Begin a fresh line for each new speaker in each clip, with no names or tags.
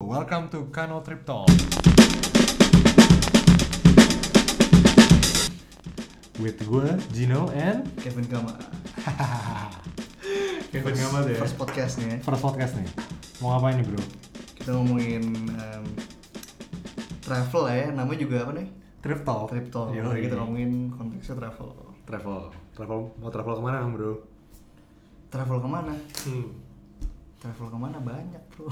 Welcome to Canal Trip Talk With gue, Gino, and
Kevin Gama.
Kevin Gamal ya
First podcast nih. ya.
First podcast nih Mau ngapain nih bro?
Kita ngomongin em, travel lah ya. Namanya juga apa nih?
Trip Talk
Trip talk.
Yoi.
Jadi kita ngomongin konteksnya travel.
Travel Travel, mau travel kemana bro?
Travel kemana?
Hmm.
Travel kemana banyak bro.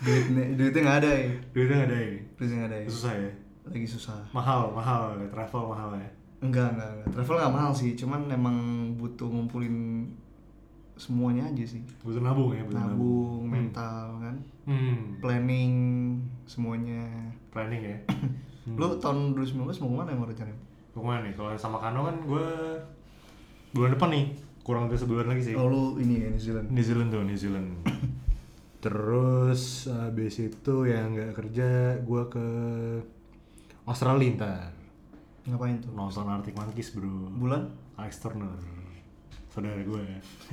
duitnya, duitnya nggak ada ya.
Duitnya nggak ada ini
Duitnya nggak ada ya.
Susah ya?
Lagi susah.
Mahal, mahal ya, travel mahal ya
Enggak, enggak, enggak. Travel nggak mahal sih. Cuman emang butuh ngumpulin semuanya aja sih.
Butuh nabung ya, butuh
Nabung,
Hmm.
mental kan.
Hmm,
Planning semuanya.
planning ya Hmm.
Lu tahun 2019 mau kemana emang rencananya?
Gue kemana nih? Kalau sama Kano kan gue bulan depan nih Kurang dari sebulan lagi sih
Oh lu ini ya New Zealand
New Zealand tuh, New Zealand. Terus habis itu yang nggak kerja, gua ke Australia ntar
Ngapain tuh?
nonton Arctic Monkeys bro.
Bulan?
Alex Turner, saudara ya. gue.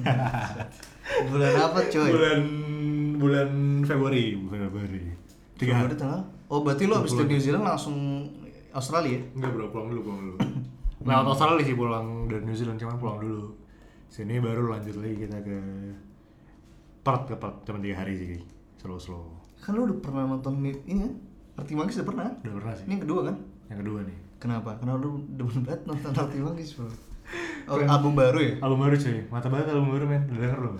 Bulan apa coy?
bulan bulan Februari, bulan Februari. Tiga
Februari
hari.
tanggal? Oh berarti lu abis dari New Zealand langsung Australia ya?
Enggak bro, pulang dulu, pulang dulu. Lewat Australia sih pulang dari New Zealand, cuman pulang dulu. Sini baru lanjut lagi kita ke Perth ke Perth, cuma tiga hari sih, slow slow.
Kan lu udah pernah nonton ini ini kan? Arti Manggis udah pernah kan?
Udah pernah sih.
Ini yang kedua kan?
Yang kedua nih.
Kenapa? Karena lu demen banget nonton Arti Manggis bro Oh album baru ya?
Album baru cuy, mata banget album baru men, udah denger belum?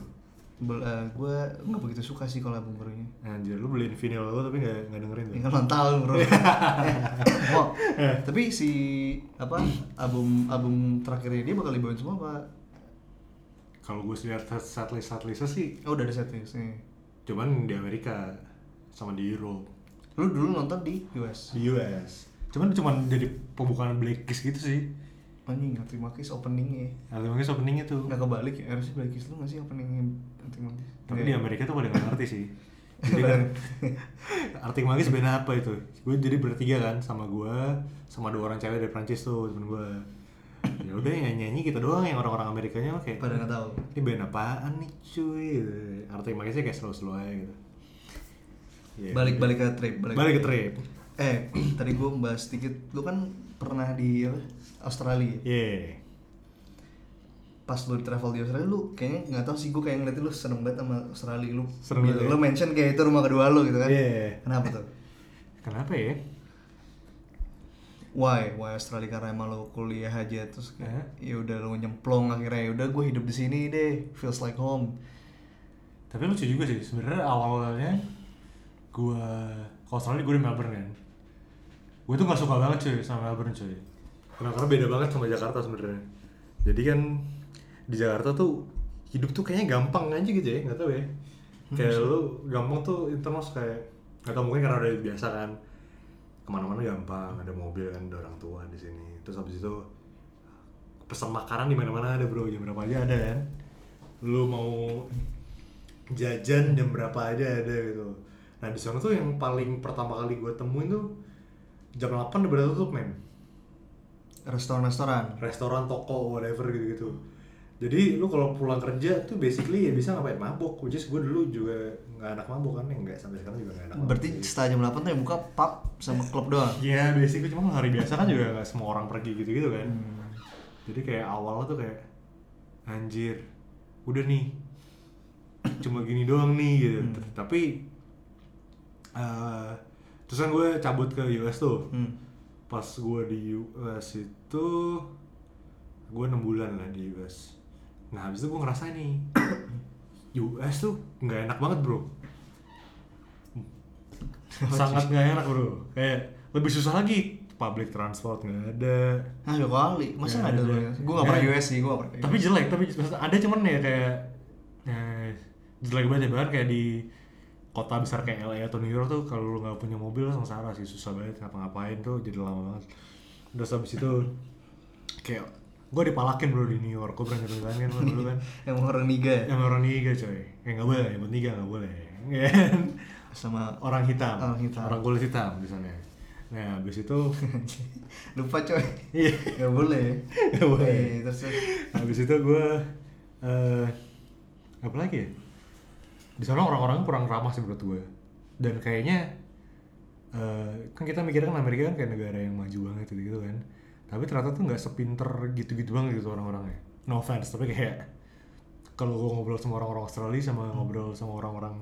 Bel, eh, gue nggak begitu suka sih kalau album barunya
Anjir, lu beliin vinyl gue tapi gak, nggak dengerin ya? tuh
Ini kan ulang tahun bro Eh, Mo,
Eh.
Tapi si apa album album terakhirnya dia bakal dibawain semua apa?
Kalau gue sih liat setlist setlistnya sih,
Oh udah ada setlist nih
cuman di Amerika sama di Eropa
Lu dulu nonton di US.
Di US Cuman cuman jadi pembukaan Blackkiss gitu sih
Anjing, Arctic Monkeys openingnya.
Albumnya openingnya tuh
Nggak kebalik ya, harusnya Black Keys lu nggak sih openingnya Arctic Monkeys?
Tapi
Nggak
di
ya?
Amerika tuh pada gak ngerti sih Jadi kan Arctic Monkeys band apa itu? Gue jadi bertiga kan sama gue sama dua orang cewek dari Prancis tuh temen gue ya udah yang nyanyi kita doang yang orang-orang Amerikanya mah kayak
Iya. Pada nggak tahu.
ini band apaan nih cuy Arctic Monkeys kayak slow-slow aja gitu Ya,
Balik-balik ke trip, balik.
balik ke trip
Eh, tadi gua membahas sedikit, lu kan pernah di apa, Australia.
yeah.
Pas lu travel di Australia, lu kayaknya nggak tahu sih gua kayak ngeliat lu seneng banget sama Australia lu.
Seneng
gitu.
banget ya?
Lu mention kayak itu rumah kedua lu gitu kan.
Iya.
Kenapa tuh?
kenapa ya
Why? Why Australia karena emang lo kuliah aja terus kayak ya udah lo nyemplung akhirnya ya udah gue hidup di sini deh feels like home
tapi lucu juga sih sebenarnya awalnya gue kalau Australia gue di Melbourne kan gue tuh gak suka banget cuy sama Melbourne cuy karena karena beda banget sama Jakarta sebenarnya jadi kan di Jakarta tuh hidup tuh kayaknya gampang aja gitu ya nggak tahu ya kayak lu gampang tuh internos kayak nggak tahu mungkin karena udah biasa kan kemana-mana gampang ada mobil kan ada orang tua di sini terus habis itu pesan makanan di mana-mana ada bro jam berapa aja ada kan lu mau jajan jam berapa aja ada gitu nah di sana tuh yang paling pertama kali gue temuin tuh jam 8 udah pada tutup men
restoran-restoran
restoran toko whatever gitu gitu jadi lu kalau pulang kerja tuh basically ya bisa ngapain mabok which is gue dulu juga nggak anak mabok kan ya nggak sampai sekarang juga nggak anak mabok.
Berarti setelah jam 8 tuh yang buka pub sama klub doang.
Iya, basically cuma hari biasa kan juga nggak semua orang pergi gitu-gitu kan. Jadi kayak awalnya tuh kayak anjir, udah nih, cuma gini doang nih gitu. T- Tapi eh terus kan gue cabut ke US tuh.
Hmm.
Pas gue di US itu gue enam bulan lah di US. Nah habis itu gue ngerasa nih US tuh nggak enak banget bro sangat nggak enak bro kayak lebih susah lagi public transport nggak ada
Hah, dua kali. Masa
Nggak
enggak ada
ada.
lu? Gua enggak pernah
Nggak.
US sih, gua enggak pernah.
ya, tapi jelek tapi maksudnya ada cuman ya kayak eh, jelek banget ya bahkan kayak di kota besar kayak LA atau New York tuh kalau lu nggak punya mobil lu sengsara sih susah banget ngapa-ngapain tuh jadi lama banget terus habis itu kayak gue dipalakin bro di New York gue pernah nyeritain kan lu dulu kan
Yang orang niga ya?
sama orang niga coy kayak nggak boleh yang buat niga nggak boleh kan
sama
orang hitam
Orang hitam.
orang kulit hitam di sana nah habis itu
lupa coy.
iya
Enggak boleh. ya?
Nggak boleh.
Eh, terus terus.
habis itu gue eh apa lagi ya? di sana orang-orangnya kurang ramah sih menurut gue dan kayaknya eh, kan kita mikirnya kan Amerika kan kayak negara yang maju banget gitu, gitu kan tapi ternyata tuh nggak sepinter gitu-gitu banget gitu orang-orangnya no offense tapi kayak kalau gue ngobrol sama orang-orang Australia sama ngobrol sama orang-orang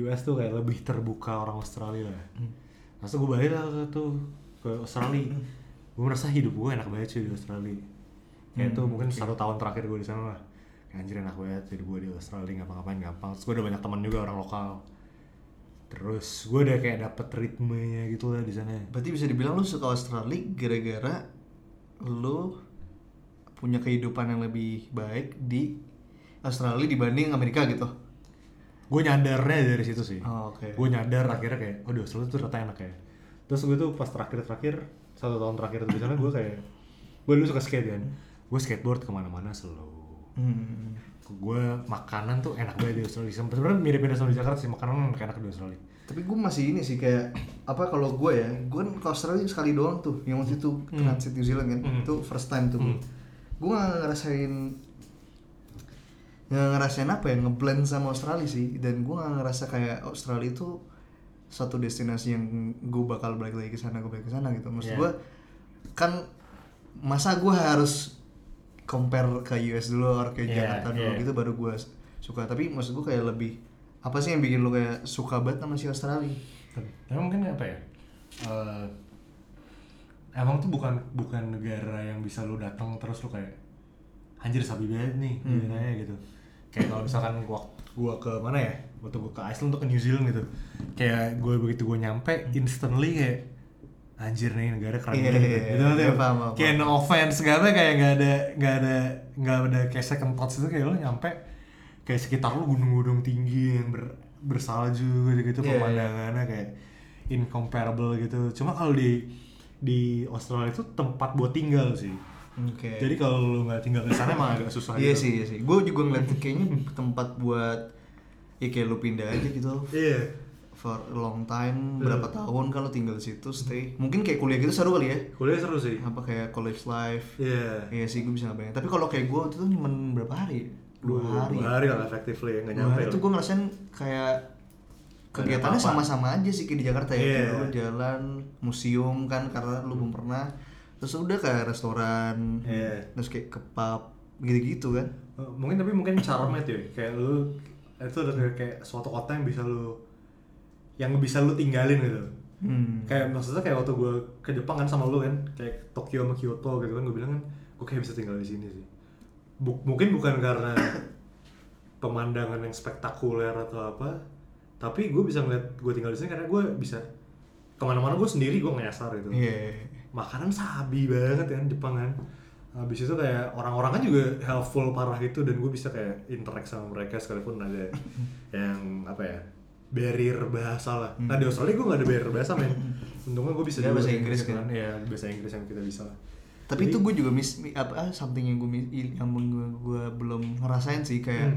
US tuh kayak lebih terbuka orang Australia lah Masa gue balik lah ke- tuh ke Australia gue merasa hidup gue enak banget sih di Australia kayak tuh mungkin satu tahun terakhir gue di sana lah Kayak anjir enak banget hidup gue di Australia ngapa-ngapain gampang terus gue udah banyak teman juga orang lokal terus gue udah kayak dapet ritmenya gitu lah di sana
Berarti bisa dibilang lu suka Australia gara-gara lu punya kehidupan yang lebih baik di Australia dibanding Amerika gitu.
gue nyadarnya dari situ sih
Oh, oke.
gue nyadar akhirnya kayak oh di Australia tuh ternyata enak ya terus gue tuh pas terakhir-terakhir satu tahun terakhir tuh di sana gue kayak gue dulu suka skate kan gue skateboard kemana-mana selalu
Hmm.
gue makanan tuh enak banget di Australia sebenarnya mirip-mirip sama di Jakarta sih makanan enak-enak di Australia
Tapi gue masih ini sih kayak apa kalau gue ya, gue kan ke Australia sekali doang tuh, yang waktu itu transit New Zealand kan,
Hmm.
itu first time tuh.
Hmm.
Gue nggak ngerasain nggak ngerasain apa ya ngeblend sama Australia sih dan gue nggak ngerasa kayak Australia itu satu destinasi yang gue bakal balik lagi ke sana gue balik ke sana gitu maksud
Iya.
gue kan masa gue harus compare ke US dulu or ke
Iya,
Jakarta dulu
iya.
gitu baru gue suka tapi maksud gue kayak lebih apa sih yang bikin lo kayak suka banget sama si Australia
tapi tapi mungkin apa ya Eh emang tuh bukan bukan negara yang bisa lu datang terus lu kayak anjir sabi banget nih
Hmm.
negaranya gitu kayak kalau misalkan gua gua ke mana ya waktu gua ke Iceland atau ke New Zealand gitu kayak gue begitu gue nyampe instantly kayak anjir nih negara keren
Hmm. Iya,
banget
iya,
gitu
iya,
tuh.
iya, paham, paham,
kayak
paham.
no offense gak apa kayak nggak ada nggak ada nggak ada kayak second thoughts itu kayak lu nyampe kayak sekitar lu gunung-gunung tinggi yang ber, bersalju gitu gitu
Iya, iya.
pemandangannya kayak incomparable gitu cuma kalau di di Australia itu tempat buat tinggal sih
oke
jadi kalau lu nggak tinggal di sana emang agak susah
Hmm, iya
gitu.
sih iya sih gue juga ngeliat kayaknya tempat buat ya kayak lo pindah aja gitu
iya
for a long time berapa
Hmm.
tahun kalau tinggal di situ stay mungkin kayak kuliah gitu seru kali ya
kuliah seru sih
apa kayak college life
iya
iya sih gue bisa ngapain tapi kalau kayak gue waktu itu cuma berapa hari ya? dua hari
hari lah effectively nggak
dua hari itu gue ngerasain kayak kegiatannya
apa-apa.
sama-sama aja sih kayak di Jakarta ya
Iya. Hmm.
Kayak lu jalan museum kan karena lu belum pernah terus udah kayak restoran
Iya.
terus kayak ke pub gitu-gitu kan
Eh, mungkin tapi mungkin charmnya tuh ya, kayak lu itu udah kayak, kayak suatu kota yang bisa lu yang bisa lu tinggalin gitu
hmm.
kayak maksudnya kayak waktu gue ke Jepang kan sama lu kan kayak Tokyo sama Kyoto gitu kan gue bilang kan gue kayak bisa tinggal di sini sih Bu- mungkin bukan karena pemandangan yang spektakuler atau apa tapi gue bisa ngeliat gue tinggal di sini karena gue bisa kemana-mana gue sendiri gue nggak nyasar gitu
iya
makanan sabi banget kan Jepang kan habis itu kayak orang-orangnya juga helpful parah gitu dan gue bisa kayak interact sama mereka sekalipun ada yang apa ya barrier bahasa lah nah di Australia gue gak ada barrier bahasa men untungnya gue bisa
Dia
juga
bahasa
kayak
Inggris
gitu
kan?
Iya, bahasa Inggris yang kita bisa lah
tapi
Jadi-
itu gue juga miss mi- apa ah, something yang gue yang gue, gue belum ngerasain sih kayak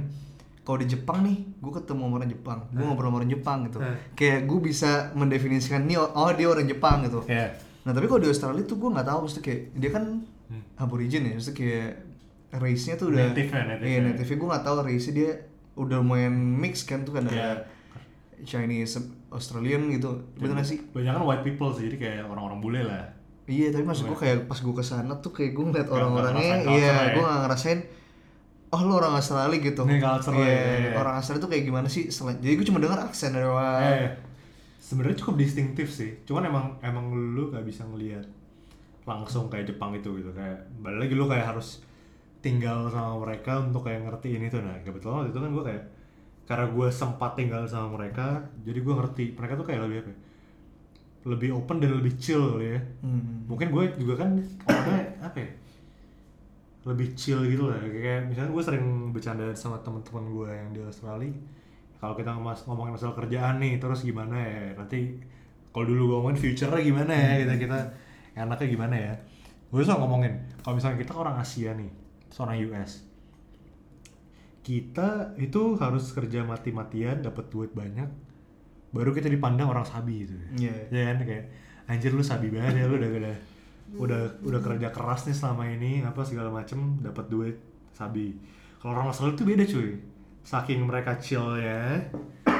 Hmm.
kalau di Jepang nih gue ketemu sama orang Jepang gue ngobrol sama orang Jepang gitu
Eh.
kayak gue bisa mendefinisikan nih oh dia orang Jepang gitu
Iya.
nah tapi kalau di Australia tuh gue nggak tahu maksudnya kayak dia kan aborigin ya maksudnya kayak race-nya tuh udah
Hmm. Native ya, native
iya
ya.
native gue nggak tahu race-nya dia udah lumayan mix kan tuh kan
Iya.
ada Chinese Australian gitu bener gak sih
banyak kan white people sih jadi kayak orang-orang bule lah
Iya, tapi maksud gue kayak pas gue kesana tuh kayak gue
Nggak-
ngeliat
nggak
orang-orangnya,
ngerasain
iya,
culture-nya ya.
gue nggak ngerasain. Oh lu orang Australia gitu.
Ini culture-nya,
Iya,
iya, iya.
Orang Australia tuh kayak gimana sih? Selain, jadi gue cuma dengar aksen doang.
Eh, sebenarnya cukup distintif sih. Cuman emang emang lu gak bisa ngelihat langsung kayak Jepang itu gitu kayak balik lagi lu kayak harus tinggal sama mereka untuk kayak ngertiin itu nah kebetulan waktu itu kan gue kayak karena gue sempat tinggal sama mereka jadi gue ngerti mereka tuh kayak lebih apa ya, lebih open dan lebih chill kali ya
Hmm.
mungkin gue juga kan orangnya apa ya lebih chill gitu lah kayak misalnya gue sering bercanda sama teman-teman gue yang di Australia kalau kita mas ngomongin masalah kerjaan nih terus gimana ya nanti kalau dulu gue ngomongin future-nya gimana ya kita kita enaknya gimana ya gue suka ngomongin kalau misalnya kita orang Asia nih seorang US kita itu harus kerja mati-matian dapat duit banyak baru kita dipandang orang sabi gitu ya
Iya.
ya kan kayak anjir lu sabi banget ya lu udah udah udah udah kerja keras nih selama ini apa segala macem dapat duit sabi kalau orang Australia tuh beda cuy saking mereka chillnya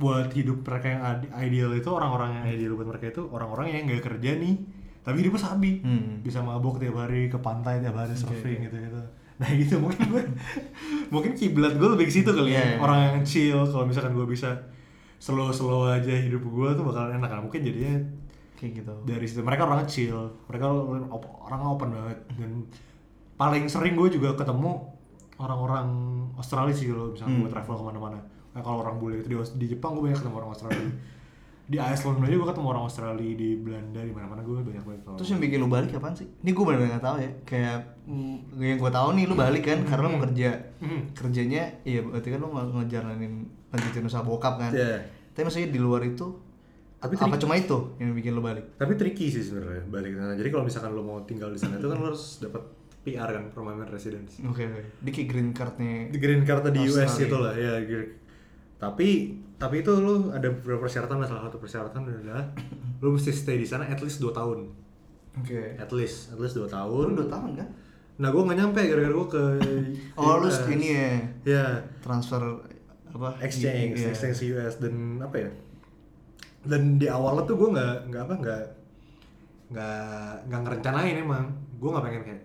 buat hidup mereka yang ad- ideal itu orang-orang yang ideal buat mereka itu orang-orang yang nggak kerja nih tapi hidupnya sabi
Hmm.
bisa mabok tiap hari ke pantai tiap hari surfing gitu gitu nah gitu mungkin gue mungkin kiblat gue lebih ke situ kali
Iya, iya.
ya orang yang chill kalau misalkan gue bisa slow slow aja hidup gue tuh bakalan enak lah mungkin jadinya
kayak gitu
dari situ mereka orang chill mereka op- orang open banget dan paling sering gue juga ketemu orang-orang Australia sih kalau misalnya
Hmm.
gue travel kemana-mana nah, kalau orang bule itu di, Aus- di Jepang gue banyak ketemu orang Australia di Iceland aja gue ketemu orang Australia di Belanda di mana-mana gue banyak banget ketemu
Terus yang bikin lu balik apaan sih? Ini gue bener gak tau ya Kayak mm, yang gue tahu nih lu balik kan karena lu mau kerja
Hmm.
Kerjanya ya berarti kan lu nge- ngejalanin lanjutin usaha bokap kan
Iya.
Tapi maksudnya di luar itu
Tapi
Apa cuma itu yang bikin lu balik?
tapi tricky sih sebenarnya balik ke sana jadi kalau misalkan lo mau tinggal di sana itu kan lo harus dapat PR kan permanent residence
Oke oke Dia kayak green cardnya
di green card di US
Australia.
gitu lah ya green- tapi tapi itu lu ada beberapa persyaratan lah salah satu persyaratan adalah lu mesti stay di sana at least 2 tahun
Oke
at least at least 2
Lu
tahun
udah tahun kan?
nah gua nggak nyampe gara-gara gua ke
Oh lu
US.
ini ya
ya
transfer apa
exchange
Iya.
exchange US dan apa ya dan di awalnya tuh gue nggak nggak apa nggak nggak nggak ngerencanain emang gue nggak pengen kayak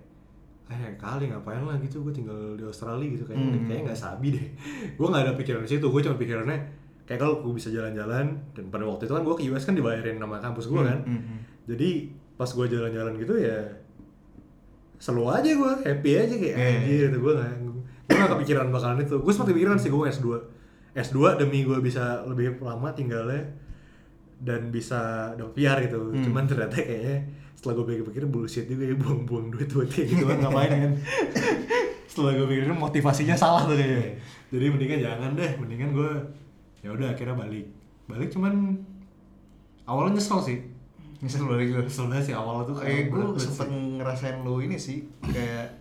eh kali ngapain lah gitu gue tinggal di Australia gitu kayaknya
Hmm.
kayaknya nggak sabi deh gue nggak ada pikiran di situ gue cuma pikirannya kayak kalau gue bisa jalan-jalan dan pada waktu itu kan gue ke US kan dibayarin sama kampus gue kan
Hmm, hmm.
jadi pas gue jalan-jalan gitu ya selalu aja gue happy aja kayak
Iya.
anjir gitu gue gak gue gak kepikiran bakalan itu gue sempat kepikiran sih gue S2 S2 demi gue bisa lebih lama tinggalnya dan bisa dapet PR gitu
Hmm.
cuman ternyata kayaknya setelah gue pikir-pikir bullshit juga ya buang-buang duit buat kayak gitu kan ngapain kan setelah gue pikirin motivasinya salah tuh kayaknya jadi mendingan jangan deh mendingan gue ya udah akhirnya balik balik cuman awalnya nyesel sih
Nyesel balik lu
Kesel banget sih awalnya tuh
Kayak gue
berat banget
sempet
sih.
ngerasain lu ini sih Kayak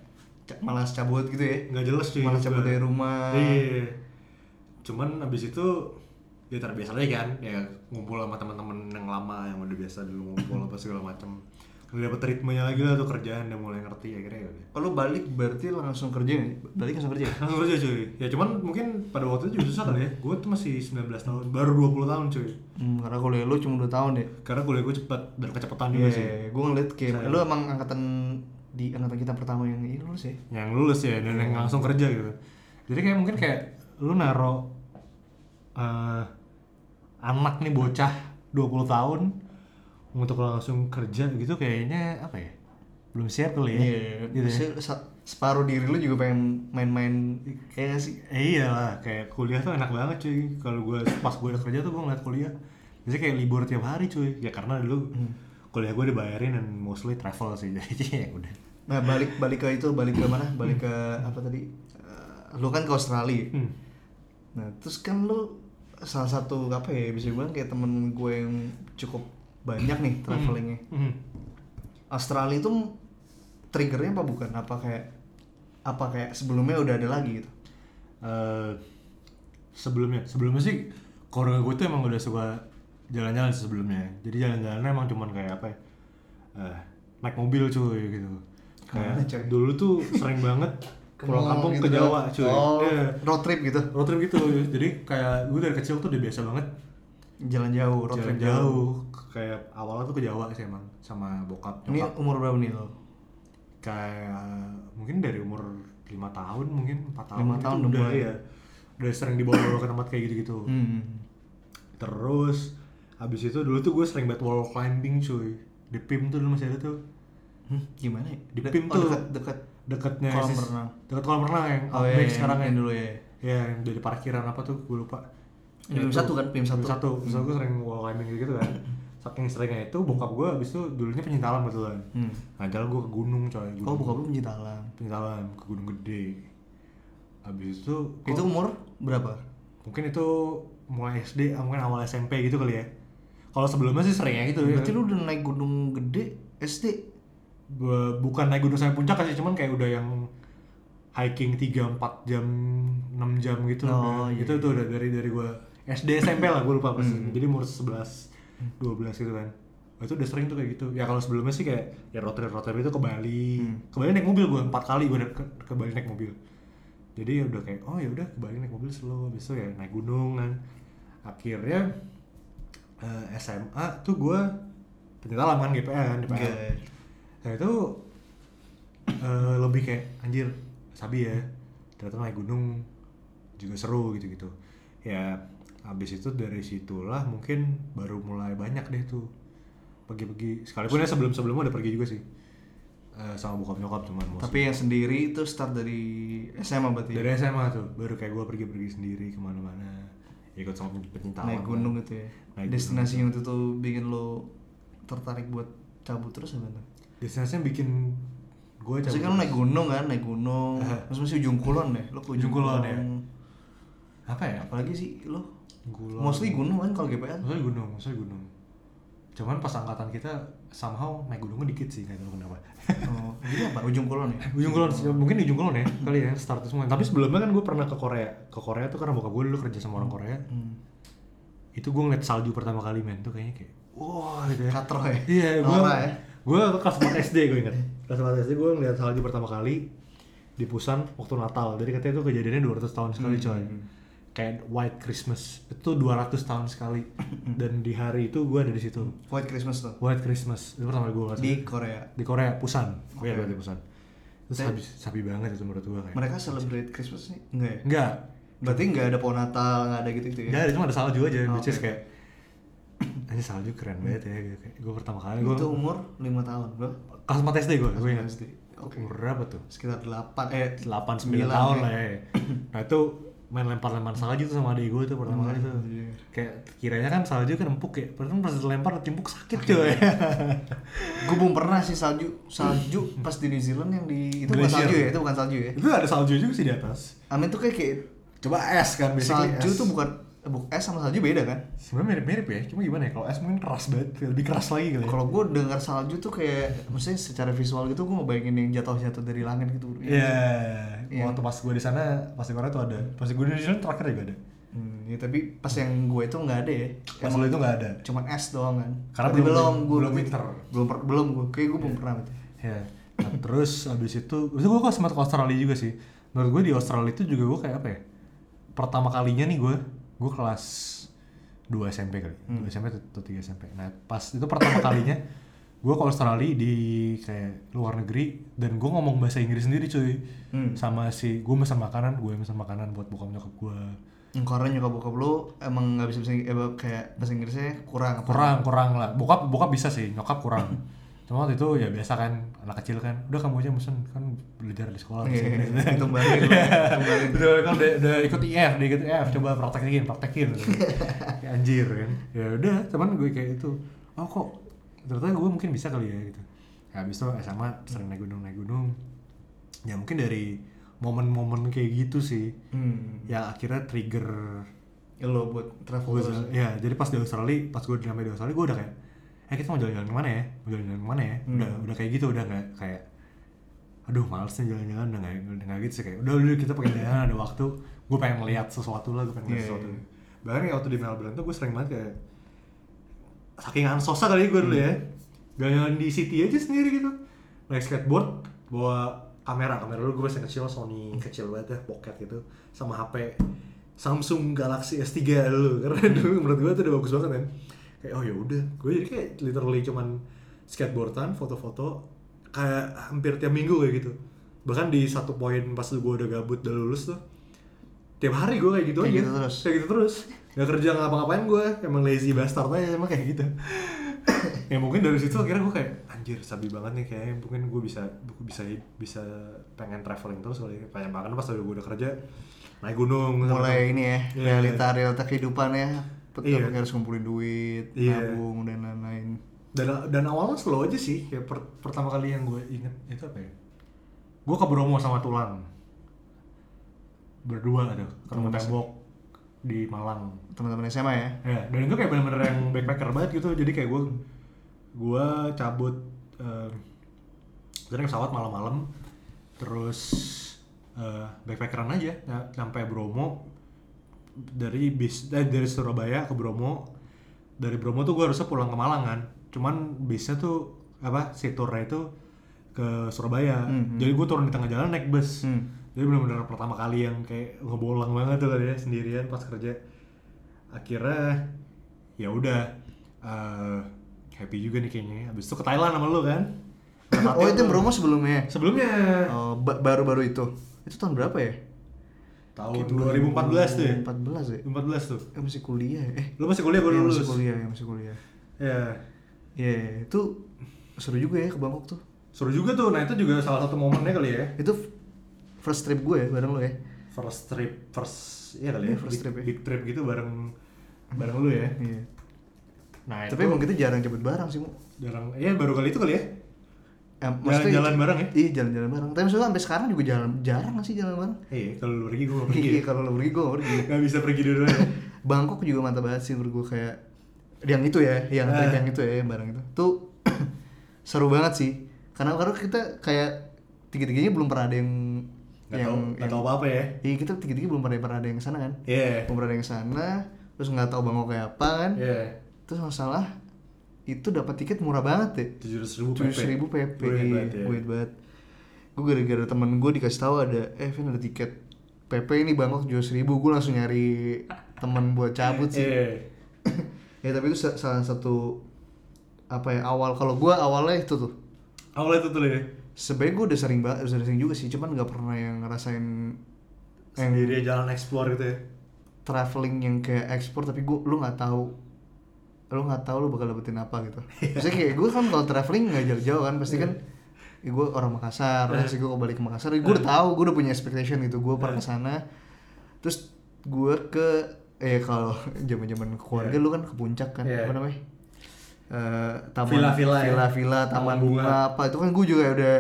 ca- malas cabut gitu ya
nggak jelas cuy
Malah
juga.
cabut dari rumah.
iya cuman abis itu ya terbiasa aja kan ya ngumpul sama teman-teman yang lama yang udah biasa dulu ngumpul apa segala macam udah dapet ritmenya lagi lah tuh kerjaan udah mulai ngerti akhirnya ya udah
Oh, lu balik berarti langsung kerja nggak? Balik langsung kerja?
langsung kerja cuy ya cuman mungkin pada waktu itu juga susah kali ya gue tuh masih 19 tahun baru 20 tahun cuy
Hmm, karena kuliah lu cuma 2 tahun ya.
karena kuliah gue cepet dan kecepatan
Iya,
juga sih
gue ngeliat kayak
Saya-
lu emang angkatan di angkatan kita pertama yang ini lulus ya.
yang lulus ya dan yang langsung kerja gitu jadi kayak mungkin kayak lu naro eh, anak nih bocah 20 tahun untuk langsung kerja gitu kayaknya apa ya belum siap
Iya,
kali ya gitu ya.
Maksudnya sa- separuh diri lu juga pengen main-main kayak sih.
Eh, iya lah kayak kuliah tuh enak banget cuy kalau gue pas gue kerja tuh gue ngeliat kuliah biasanya kayak libur tiap hari cuy ya karena dulu kuliah gue dibayarin dan mostly travel sih jadi ya udah
Nah, balik balik ke itu, balik ke mana? Balik ke apa tadi? Eh, lu kan ke Australia.
Hmm.
Nah, terus kan lu salah satu apa ya bisa gue bilang kayak temen gue yang cukup banyak nih travelingnya.
Hmm.
Australia itu triggernya apa bukan? Apa kayak apa kayak sebelumnya udah ada lagi gitu?
eh sebelumnya sebelumnya sih keluarga gue tuh emang udah suka jalan-jalan sih sebelumnya jadi jalan-jalannya emang cuman kayak apa ya eh, naik mobil cuy gitu kayak
Kemana, coy?
dulu tuh sering banget pulang kampung ke Jawa cuy
Oh,
Iya.
road trip gitu.
road trip gitu jadi kayak gue dari kecil tuh udah biasa banget
Jalan jauh, road
jalan
trip
jauh kayak awalnya tuh ke Jawa sih emang sama bokap
Ini
nyokap
umur berapa nih lo?
kayak mungkin dari umur lima tahun mungkin empat tahun
Lima
gitu
tahun udah
udah
mulai.
ya udah sering dibawa-bawa ke tempat kayak gitu-gitu
Hmm.
Terus habis itu dulu tuh gue sering banget wall climbing cuy. Di PIM tuh dulu masih ada tuh.
Hmm, gimana ya?
Di
De-
PIM
oh,
tuh.
dekat dekat
Dekatnya
Kolam
sis-
renang.
Dekat kolam renang yang
oh,
outback
iya,
sekarang
yang
yang
dulu ya.
ya yang dari parkiran apa tuh gue lupa.
Yang PIM
Itu.
satu kan, PIM satu. Hmm.
satu. Terus gue sering wall climbing gitu kan. Saking seringnya itu bokap gue habis itu dulunya penyintalan betulan.
Hmm.
Ngajak Nah, gue ke gunung coy. Gunung.
Oh, buka lu pencinta alam.
Penyintalan ke gunung gede. Habis itu gua-
Itu umur berapa?
mungkin itu mulai SD mungkin awal SMP gitu kali ya. Kalau sebelumnya sih seringnya gitu ya.
Berarti lu udah naik gunung gede SD.
Be- bukan naik gunung sampai puncak sih cuman kayak udah yang hiking 3 4 jam 6 jam gitu
Oh,
udah.
iya, Hmm.
itu tuh udah dari dari gua SD SMP lah gua lupa persis. Jadi umur 11 12 gitu kan. Wah, itu udah sering tuh kayak gitu. Ya kalau sebelumnya sih kayak
Hmm.
ya road trip road trip itu ke Bali. Ke Bali naik mobil gua 4 kali gua naik- ke, ke Bali naik mobil. jadi ya udah kayak oh ya udah ke Bali naik mobil slow besok ya naik gunung kan akhirnya eh, SMA tuh gue penyelam kan GPN di PL.
Oke.
Nah itu eh, lebih kayak anjir sabi ya ternyata naik gunung juga seru gitu gitu ya habis itu dari situlah mungkin baru mulai banyak deh tuh pergi-pergi sekalipun ya sebelum sebelumnya udah pergi juga sih Eh, sama bokap nyokap cuman mostly.
Tapi yang sendiri itu start dari SMA berarti. ya?
dari SMA tuh baru kayak gue pergi-pergi sendiri kemana-mana ikut sama pecinta
naik
alam.
gunung gitu ya.
Naik
Destinasi yang itu tuh bikin lo tertarik buat cabut terus apa tuh?
Oh, destinasinya bikin gue
Maksudnya kan lo naik gunung kan, naik gunung.
Aha.
Terus masih ujung kulon deh, lo ke ujung
Ujung Kulon,
kulon.
ya. apa ya
Apalagi sih lo?
Gulon.
Mostly gunung kan kalau GPL.
Maksudnya gunung, maksudnya gunung. Cuman pas angkatan kita somehow naik gunungnya dikit sih, nggak tahu kenapa.
Oh, jadi apa? Ujung kulon ya?
Eh, ujung kulon, sih, mungkin ujung kulon ya kali ya start semua. Tapi sebelumnya kan gue pernah ke Korea. Ke Korea tuh karena bokap gue dulu kerja sama orang Korea.
Hmm.
Itu gue ngeliat salju pertama kali men tuh kayaknya kayak wah gitu ya.
Katro ya?
Iya, gue
Nora ya?
gue kelas 4 SD gue inget. Kelas 4 SD gue ngeliat salju pertama kali di Pusan waktu Natal. Jadi katanya itu kejadiannya 200 tahun sekali coy. Kayak White Christmas itu 200 tahun sekali. Dan di hari itu gue ada di situ.
White Christmas tuh.
White Christmas itu pertama gue di,
Di Korea.
di Korea Busan
Oke.
Iya, berarti Busan terus
Tapi-
habis sapi banget itu menurut gue kayak
Mereka celebrate Christmas nih? Enggak ya?
enggak
Berarti enggak ada pohon Natal, enggak ada gitu-gitu ya?
enggak ada, cuma ada salju aja
Oh,
which is
oke.
kayak hanya salju keren banget ya gitu kayak gue pertama kali gue
Itu umur 5 tahun, bro.
kelas 4 SD gue gue ingat
SD. Oke.
umur berapa tuh
Sekitar 8 eh
8 9
sembilan,
tahun
ya.
lah ya nah itu main lempar-lempar salju tuh sama adik gue tuh pertama kali tuh
Anjir.
kayak kiranya kan salju kan empuk ya padahal pas dilempar timpuk sakit
ya.
cuy
Gue belum pernah sih salju. Salju pas di New Zealand yang di itu bukan
Glacier.
salju ya, itu bukan salju ya.
itu ada salju juga sih di atas
Amin tuh kayak, kayak
coba es kan basically
salju
es.
tuh bukan buk es sama salju beda kan?
sebenarnya mirip-mirip ya cuma gimana ya kalau es mungkin keras banget lebih keras lagi kali ya
Kalau gue dengar salju tuh kayak maksudnya secara visual gitu gue ngebayangin yang jatuh-jatuh dari langit gitu. Bro.
Iya,
Iya.
waktu pas gue di sana pas di Korea tuh ada pas gue di sana terakhir juga ada
Hmm, ya tapi pas yang gue itu nggak ada ya.
pas lo itu nggak ada
cuman es doang kan.
Karena
Tapi
belum-
belum gue
belum winter.
Belum per- belum gue kayak gue belum pernah gitu.
ya nah, terus abis itu abis itu gue kok sempat ke Australia juga sih menurut gue di Australia itu juga gue kayak apa ya pertama kalinya nih gue gue kelas 2 SMP kali
Hmm.
2 SMP atau 3 SMP nah pas itu pertama kalinya gue ke Australia di kayak luar negeri dan gue ngomong bahasa Inggris sendiri cuy
Hmm.
sama si gue pesan makanan gue pesan makanan buat bokap nyokap gue
Yang koran nyokap bokap lu emang nggak bisa bisa eh, kayak bahasa Inggrisnya kurang apa?
kurang kurang lah bokap bokap bisa sih nyokap kurang cuma waktu itu ya biasa kan anak kecil kan udah kamu aja mesen kan belajar di sekolah
Iya,
mesen.
iya, iya. Tumbalin, tumbalin.
udah kan udah, udah ikut IF udah ikut IF coba praktekin praktekin gitu. Kayak anjir kan ya udah cuman gue kayak itu oh kok ternyata gue mungkin bisa kali ya gitu ya habis itu SMA sering naik gunung naik gunung ya mungkin dari momen-momen kayak gitu sih
Hmm.
ya akhirnya trigger
Ya lo buat travel
Gua
terus.
jalan- ya jadi pas di Australia pas gue nyampe di Australia gue udah kayak eh kita mau jalan-jalan kemana ya mau jalan-jalan kemana ya udah udah kayak gitu udah nggak kayak aduh males nih jalan-jalan udah nggak udah nggak gitu sih kayak udah udah kita pengen jalan ada waktu gue pengen lihat sesuatu lah gue pengen lihat
Iya,
sesuatu
iya.
bahkan kayak waktu di Melbourne tuh gue sering banget kayak saking ansosnya kali gue dulu ya
Hmm.
jalan di city aja sendiri gitu naik skateboard bawa kamera kamera dulu gue masih kecil Sony kecil banget ya pocket gitu sama HP Samsung Galaxy S3 dulu karena
Hmm.
dulu menurut gue tuh udah bagus banget kan kayak oh ya udah gue jadi kayak literally cuman skateboardan foto-foto kayak hampir tiap minggu kayak gitu bahkan di satu poin pas gue udah gabut udah lulus tuh tiap hari gue kayak gitu
Kayak
aja
gitu terus.
kayak gitu terus nggak kerja nggak ngapa-ngapain gue emang lazy bastard aja emang kayak gitu ya mungkin dari situ akhirnya gue kayak anjir sabi banget nih kayaknya mungkin gue bisa gue bisa bisa pengen traveling terus kali ya. kayak bahkan pas udah gue udah kerja naik gunung
Mulai ini ya,
Iya.
realita realita kehidupan ya. Betul,
Iya.
kayak harus ngumpulin duit,
Iya.
nabung dan lain-lain.
dan dan awalnya slow aja sih kayak per- pertama kali yang gue inget itu apa ya gue ke Bromo sama Tulang berdua tuh ke rumah tembok di Malang
Teman-teman SMA ya.
ya dan itu kayak bener-bener yang backpacker banget gitu jadi kayak gue gue cabut eh, dari pesawat malam-malam terus eh, backpackeran aja ya, sampai Bromo dari bis eh, dari Surabaya ke Bromo dari Bromo tuh gue harusnya pulang ke Malang kan cuman bisnya tuh apa si tournya itu ke Surabaya
Hmm, hmm.
jadi gue turun di tengah jalan naik bus
Hmm.
jadi benar-benar pertama kali yang kayak ngebolang banget tuh tadi ya sendirian pas kerja akhirnya ya udah eh, happy juga nih kayaknya abis itu ke Thailand sama lu kan
oh itu
Iya.
Bromo sebelumnya
sebelumnya
Oh, ba- baru-baru itu itu tahun berapa ya Oh,
tahun 2014 tuh ya
14 ya
2014 tuh
Eh, masih kuliah ya eh
lu masih kuliah baru
iya,
lulus
masih kuliah ya masih kuliah
ya
ya itu seru juga ya ke Bangkok tuh
seru juga tuh nah itu juga salah satu momennya kali ya
itu f- first trip gue ya bareng lo ya
first trip first ya kali ya
Iya, first
big,
trip ya.
big trip gitu bareng bareng lu ya
iya
nah
tapi emang kita jarang cepet bareng sih mu
jarang ya baru kali itu kali ya
Eh, maksudnya-
Jalan-jalan bareng ya?
iya jalan-jalan bareng tapi maksudnya sampai sekarang juga jalan jarang nggak sih jalan bareng
Iya, kalau lu pergi gue gak pergi.
iya
ya.
kalau lo pergi gue pergi
Gak bisa pergi dua-duanya.
Bangkok juga mantap banget sih menurut gue kayak yang itu ya, yang
Eh.
trip yang itu ya, yang barang itu. Tuh seru banget sih. Karena karena kita kayak tiga-tiganya belum pernah ada yang
Gak tau, gak tau apa-apa ya.
Iya, kita tiga-tiga belum pernah pernah ada yang sana kan.
Iya.
Belum pernah ada yang sana, terus nggak tahu Bangkok kayak apa kan.
Iya.
Terus masalah itu dapat tiket murah banget ya.
Tujuh ratus ribu PP.
Tujuh
Duit
ribu PP,
banget ya.
duit banget. Gue gara-gara temen gue dikasih tahu ada, eh Vin ada tiket PP ini Bangkok tujuh ribu, gue langsung nyari temen buat cabut sih
Iya.
ya tapi itu sa- salah satu apa ya awal kalau gua awalnya itu tuh
Awalnya itu tuh ya.
sebenernya gua udah sering banget udah sering juga sih cuman nggak pernah yang ngerasain yang
Sendiri jalan explore gitu ya.
traveling yang kayak ekspor tapi gua lu nggak tahu lu nggak tahu lu bakal dapetin apa gitu Maksudnya kayak gua kan kalau traveling nggak jauh-jauh kan pasti kan
Iya.
ya gue orang Makassar pasti gue balik ke Makassar gue udah tahu gue udah punya expectation gitu gue pernah
Iya.
ke sana terus gue ke eh kalau zaman-zaman keluarga lu kan ke puncak kan
Iya.
apa namanya Eh, taman
Villa-villa ya?
villa-villa,
Taman
taman bunga.
bunga.
apa itu kan gue juga udah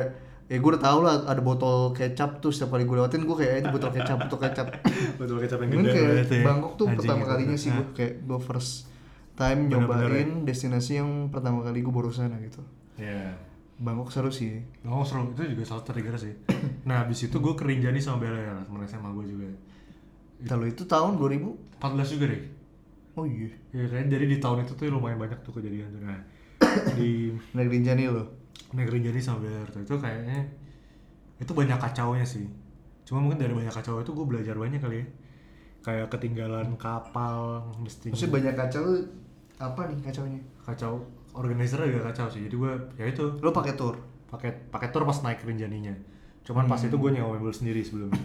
ya gue udah tahu lah ada botol kecap tuh setiap kali gue lewatin gue kayak "Eh, itu botol kecap botol kecap
Betul kecap yang
Mungkin
gede
kayak
banget ya.
Bangkok tuh
Anjing
pertama
gitu.
kalinya sih gue
Nah,
kayak gue first time
Bener-bener ya?
nyobain destinasi yang pertama kali gue baru sana gitu.
Iya.
Bangkok seru sih.
Oh seru, itu juga salah satu trigger sih Nah abis itu gue ke Rinjani sama Bella ya, temen SMA gue juga Iya.
Kalau itu tahun 2000
14 juga deh
Oh iya.
Ya kan, jadi di tahun itu tuh lumayan banyak tuh kejadian tuh Nah di
Negeri Rinjani loh.
negeri jadi sama Belarto itu kayaknya itu banyak kacaunya sih cuma mungkin dari banyak kacau itu gue belajar banyak kali ya kayak ketinggalan kapal mesti
Maksudnya banyak kacau tuh apa nih kacaunya?
kacau organizer juga kacau sih jadi gue ya itu
Lo pakai tour.
pakai pakai tour pas naik rinjaninya cuman pas itu gue
Hmm.
nyewa mobil sendiri sebelumnya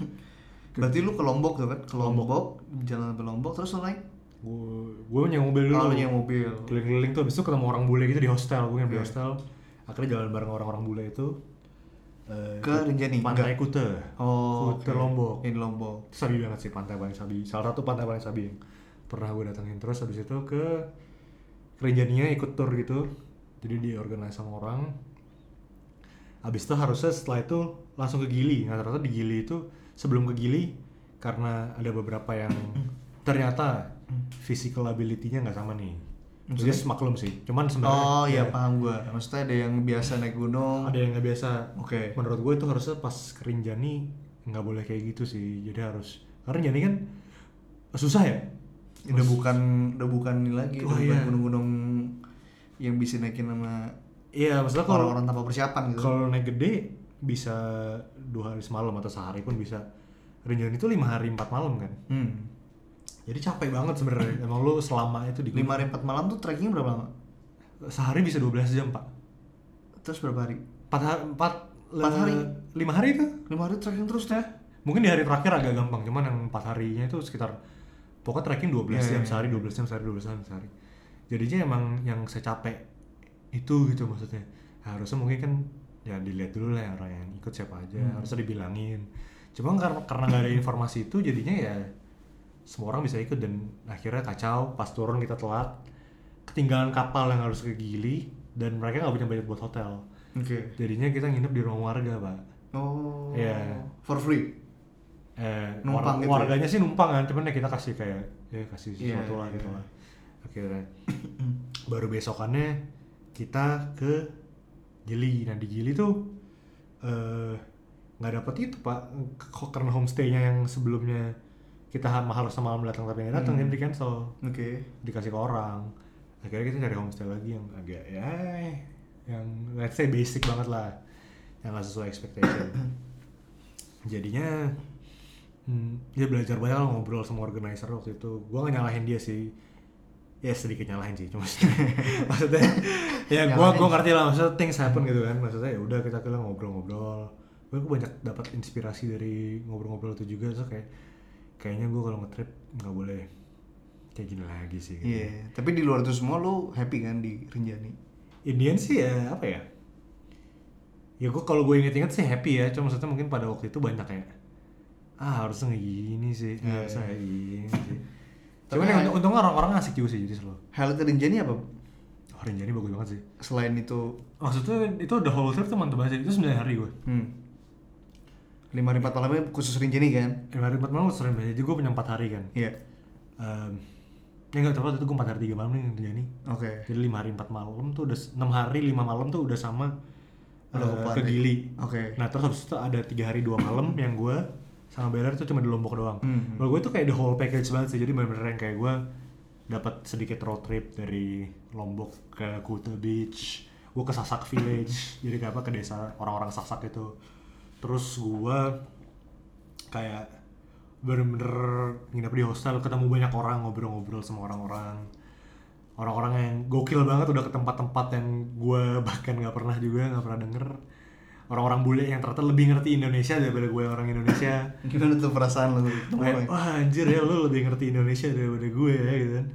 Berarti lu ke Lombok tuh kan? Ke Lombok, jalan sampai Lombok terus lo naik
gue gue nyewa mobil dulu
kalau yang mobil. Iya.
keliling-keliling tuh abis itu ketemu orang bule gitu di hostel gue nginep di hostel akhirnya jalan bareng orang-orang bule itu eh,
Ke Rinjani?
pantai Kute
Oh,
Kute
oke.
Lombok
Ini Lombok.
Itu sabi banget sih pantai paling sabi salah satu pantai paling sabi yang pernah gue datangin terus habis itu ke Rinjania ikut tour gitu jadi diorganize sama orang habis itu harusnya setelah itu langsung ke Gili nah ternyata di Gili itu sebelum ke Gili karena ada beberapa yang ternyata physical ability-nya nggak sama nih jadi maklum sih cuman sebenarnya
Oh iya
ya,
paham gua. Maksudnya ada yang biasa naik gunung.
ada yang nggak biasa
Oke.
menurut gue itu harusnya pas kerinjani nggak boleh kayak gitu sih jadi harus karena jani kan susah ya
udah bukan udah bukan ini lagi
Oh,
udah bukan
iya.
gunung-gunung yang bisa naikin sama
iya maksudnya kalau
orang-orang tanpa persiapan gitu
kalau naik gede bisa dua hari semalam atau sehari pun bisa rinjani itu lima hari empat malam kan
hmm.
jadi capek banget sebenarnya emang lu selama itu di
lima hari empat malam tuh trekkingnya berapa lama
sehari bisa 12 jam pak
terus berapa hari
empat hari empat
Empat
le-
hari?
lima hari itu
lima hari trekking terus ya
mungkin di hari terakhir agak gampang cuman yang empat harinya itu sekitar pokoknya trekking 12
Iya,
jam
iya.
sehari 12 jam sehari 12 jam sehari jadinya emang yang saya capek itu gitu maksudnya harusnya mungkin kan ya dilihat dulu lah ya orang yang ikut siapa aja
Hmm.
harusnya dibilangin cuma karena karena nggak ada informasi itu jadinya ya semua orang bisa ikut dan akhirnya kacau pas turun kita telat ketinggalan kapal yang harus ke Gili dan mereka nggak punya budget buat hotel
oke
jadinya kita nginep di rumah warga pak
oh
Iya.
for free
eh, war-
Numpang gitu ya?
warganya sih numpang kan cuman ya kita kasih kayak ya kasih
Iya,
sesuatu lah
iya.
gitu lah akhirnya baru besokannya kita ke Gili nah di Gili tuh eh, nggak dapet itu pak Kok karena homestaynya yang sebelumnya kita ha- harus semalam datang tapi nggak datang
Hmm.
jadi di cancel
oke
dikasih ke orang akhirnya kita cari homestay lagi yang agak ya yang let's say basic banget lah yang nggak sesuai expectation jadinya hmm, dia belajar banyak lah ngobrol sama organizer waktu itu gue gak nyalahin dia sih ya sedikit nyalahin sih cuma maksudnya ya gue
Nyalahin.
gue ngerti lah maksudnya things happen gitu kan maksudnya ya udah kita kira ngobrol-ngobrol gue banyak dapat inspirasi dari ngobrol-ngobrol itu juga so kayak kayaknya gue kalau ngetrip nggak boleh kayak gini lagi sih gitu.
Iya, tapi di luar itu semua lu happy kan di Rinjani?
Indian sih ya apa ya? Ya gue kalau gue inget-inget sih happy ya, cuma maksudnya mungkin pada waktu itu banyak kayak ah harusnya kayak gini sih,
Iya,
harusnya
iya.
kayak gini sih.
Tapi
Cuman ya,
ya-
untung- untungnya orang-orang asik juga sih jadi selalu.
Highlight Rinjani apa?
Oh, Rinjani bagus banget sih.
Selain itu,
Maksudnya itu the whole trip tuh mantep banget sih. Itu 9 hari gue.
hmm. Lima hari empat malamnya khusus Rinjani kan?
5 hari 4 malam sering banget. Jadi gue punya 4 hari kan.
Iya.
Em, ya enggak tahu waktu itu gue 4 hari 3 malam nih yang Rinjani.
Oke.
Jadi 5 hari 4 malam tuh udah 6 hari 5 malam tuh udah sama
Udah
eh,
keempat
ke
ya.
Gili.
Oke.
Nah terus habis itu ada tiga hari dua malam yang gue sama Beller tuh cuma di Lombok doang.
Hmm.
Kalau gue tuh kayak the whole package banget sih. Jadi bener-bener yang kayak gue dapat sedikit road trip dari Lombok ke Kuta Beach. Gue ke Sasak Village. jadi kayak apa ke desa orang-orang Sasak itu. Terus gue kayak bener-bener nginep di hostel ketemu banyak orang ngobrol-ngobrol sama orang-orang orang-orang yang gokil banget udah ke tempat-tempat yang gue bahkan nggak pernah juga nggak pernah denger orang-orang bule yang ternyata lebih ngerti Indonesia daripada gue orang Indonesia
Gimana tuh perasaan lu?
kayak
Temen lu?
wah anjir ya lu lebih ngerti Indonesia daripada gue ya gitu kan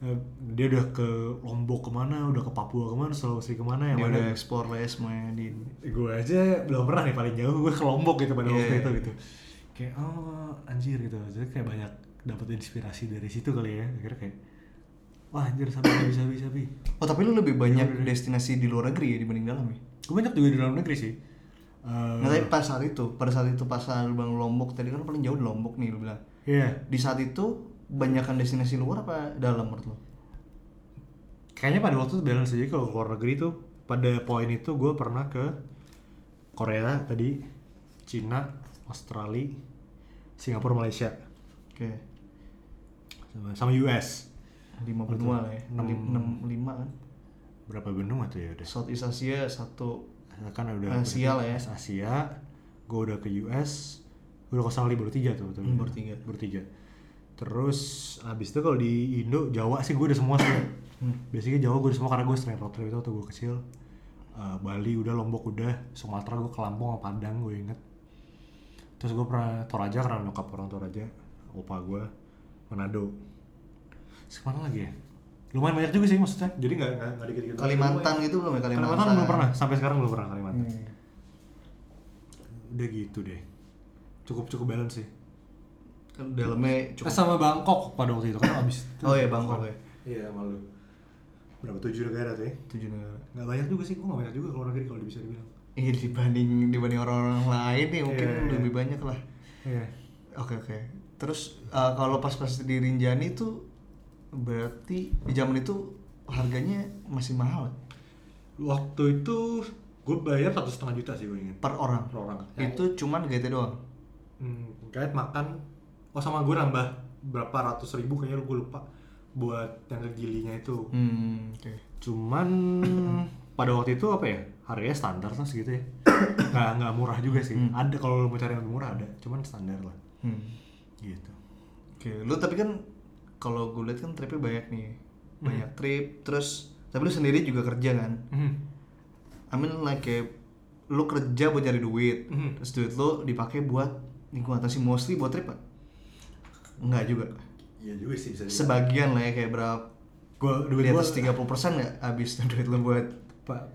Eh, dia udah ke Lombok kemana udah ke Papua kemana Sulawesi kemana yang
Dia
mana
udah explore lah ya semuanya di
gue aja belum pernah nih paling jauh gue ke Lombok gitu pada
Iya,
waktu
iya.
itu gitu kayak oh anjir gitu jadi kayak banyak dapat inspirasi dari situ kali ya akhirnya kayak wah anjir sampai habis habis habis
Oh tapi lu lebih banyak destinasi di luar negeri ya dibanding dalam ya?
gue banyak juga di dalam negeri sih Eh,
Nah tapi pada saat itu, pada saat itu pas lu bilang Lombok tadi kan paling jauh di Lombok nih lu bilang
iya
Di saat itu, banyakkan destinasi luar apa dalam menurut lu?
kayaknya pada waktu itu balance aja kalau luar negeri tuh pada poin itu gue pernah ke Korea tadi Cina Australia Singapura Malaysia
Oke
sama, sama US
lima
Betul.
benua lah ya
Enam.
Lim- enam lima kan
berapa benua tuh ya udah
Southeast Asia satu
kan udah
Asia lah ya.
Asia gue udah ke US gue udah kosong libur tiga tuh betul
Hmm, baru tiga.
Baru tiga. terus abis itu kalau di Indo Jawa sih gue udah semua sih
Hmm.
basically Jawa gue udah semua karena gue sering road trip itu waktu gue kecil Eh, Bali udah Lombok udah Sumatera gue ke Lampung sama Padang gue inget terus gue pernah Toraja karena nyokap orang Toraja opa gue Manado Terus kemana lagi ya lumayan banyak juga sih maksudnya jadi nggak nggak- nggak dikit-dikit
Kalimantan gitu belum ya Kalimantan,
Kalimantan, belum pernah, sampai sekarang belum pernah Kalimantan.
Hmm.
Udah gitu deh. Cukup cukup balance sih.
Kan dalamnya
Cukup.
cukup
Eh, Sama Bangkok pada waktu itu kan abis itu.
oh ya Bangkok ya
Iya malu. Berapa tujuh negara tuh ya?
tujuh negara
Nggak banyak juga sih, kok nggak banyak juga kalau negeri kalau bisa dibilang.
iya dibanding dibanding orang-orang lain ya mungkin
Iya, iya.
lebih banyak lah
Iya.
oke oke terus eh, kalau pas-pas di Rinjani itu berarti di zaman itu harganya masih mahal
Waktu itu gue bayar satu setengah juta sih gue ingat.
per orang
Per orang.
itu cuman GT doang
Hmm, guide makan. Oh sama gue nambah berapa ratus ribu kayaknya gue lupa buat yang ke gilinya itu.
hmm oke
cuman pada waktu itu apa ya harganya standar lah segitu ya nggak nggak murah juga sih
Hmm.
ada kalau lo mau cari yang lebih murah ada cuman standar lah
hmm.
gitu
Oke, lu tapi kan kalau gue lihat kan tripnya banyak nih, banyak trip. Terus tapi lu sendiri juga kerja kan?
Hmm.
I mean like kayak lu kerja buat cari duit,
Mhm.
terus duit lu dipakai buat nih gua nggak tahu sih mostly buat trip kan? Enggak juga.
iya juga sih bisa
Sebagian lah ya kayak berapa?
gue duit
Di
gue
atas 30% nggak habis duit lu buat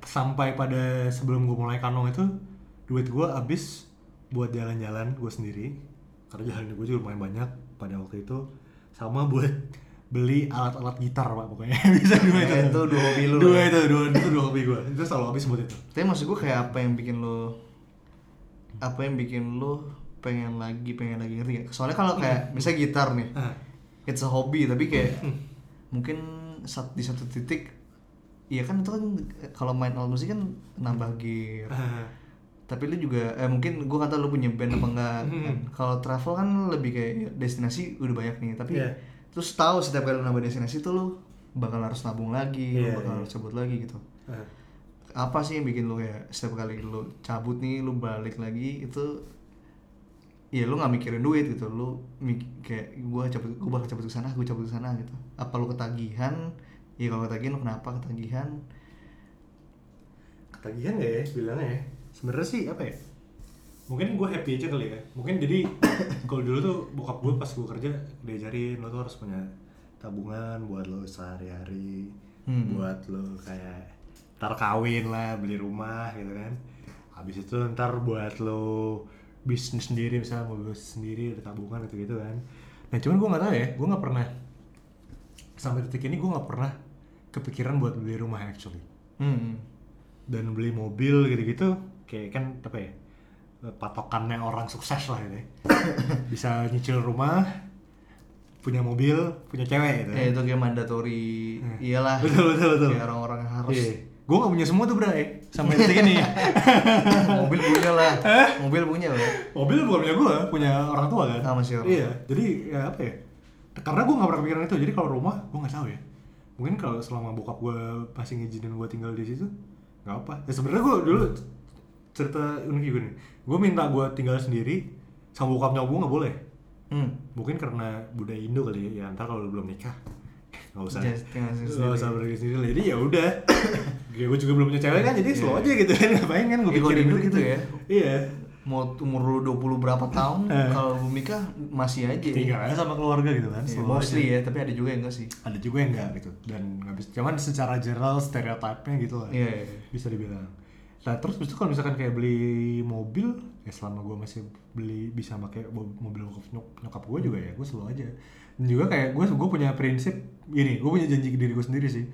sampai pada sebelum gue mulai kanong itu duit gue habis buat jalan-jalan gue sendiri karena jalan gue juga lumayan banyak pada waktu itu sama buat beli alat-alat gitar pak pokoknya bisa dua
Ya,
Nah, itu
itu dua hobi lu
dua
lah.
itu dua itu dua hobi gue itu selalu habis buat itu
Tapi maksud gue kayak apa yang bikin lo apa yang bikin lo pengen lagi pengen lagi ngerti gak? Soalnya kalau kayak misalnya gitar nih,
Hmm. Ah. Hmm.
it's a hobby tapi kayak mungkin saat di satu titik Iya kan itu kan kalau main alat musik kan nambah gear.
Ah.
Tapi lu juga eh mungkin gua kata lu punya band apa enggak.
Hmm,
kan. Kalau travel kan lebih kayak destinasi udah banyak nih, tapi
Iya.
terus tahu setiap kali lu nambah destinasi tuh lu bakal harus nabung lagi, lu
Iya,
bakal
iya.
harus cabut lagi gitu
Ah.
apa sih yang bikin lu kayak setiap kali lu cabut nih lu balik lagi itu ya lu nggak mikirin duit gitu lu mik- kayak gue cabut gue bakal cabut ke sana gue cabut ke sana gitu apa lu ketagihan ya kalau ketagihan lu kenapa ketagihan
ketagihan gak ya bilangnya ya sebenarnya sih apa ya mungkin gue happy aja kali ya mungkin jadi kalau dulu tuh bokap gue pas gue kerja diajarin lo tuh harus punya tabungan buat lo sehari-hari
Hmm.
buat lo kayak ntar kawin lah beli rumah gitu kan habis itu ntar buat lo bisnis sendiri misalnya mau bisnis sendiri ada tabungan gitu gitu kan nah cuman gue nggak tahu ya gue nggak pernah sampai detik ini gue nggak pernah kepikiran buat beli rumah actually
hmm.
dan beli mobil gitu-gitu kayak kan apa ya patokannya orang sukses lah gitu ya. bisa nyicil rumah punya mobil punya cewek gitu
ya itu kayak mandatory
Hmm.
iyalah
Betul, betul, betul. Iya.
kayak orang-orang yang harus
gue gak punya semua tuh eh, bray sampai detik ini
mobil punya lah mobil punya lah
mobil bukan punya gue punya orang tua kan
Ah, masih orang
iya jadi ya apa ya karena gue gak pernah kepikiran itu jadi kalau rumah gue nggak tahu ya mungkin kalau selama bokap gue masih ngizinin gue tinggal di situ nggak apa ya sebenarnya gue dulu cerita unik juga nih gue minta gue tinggal sendiri sama bokap nyokap gue nggak boleh
hmm.
mungkin karena budaya Indo kali ya, ya ntar kalau lu belum nikah nggak usah
Just tinggal sendiri.
nggak usah berdiri sendiri lah. jadi ya udah gue juga belum punya cewek kan jadi slow
Iya.
aja gitu kan ngapain kan gue
Ya, kalau
pikirin
Indo gitu ya.
iya
mau umur lu 20 berapa tahun
Eh.
kalau belum nikah masih aja
tinggal aja sama keluarga gitu kan
Ya,
slow aja.
mostly ya tapi ada juga yang enggak sih
ada juga yang enggak gitu dan nggak bisa cuman secara general stereotipnya gitu lah
Iya, iya, iya.
bisa dibilang nah terus habis itu kalau misalkan kayak beli mobil ya selama gue masih beli bisa pakai bo- mobil nyokap, nyok- nyokap gue juga ya gue selalu aja dan juga kayak gue gue punya prinsip gini gue punya janji ke diri gue sendiri sih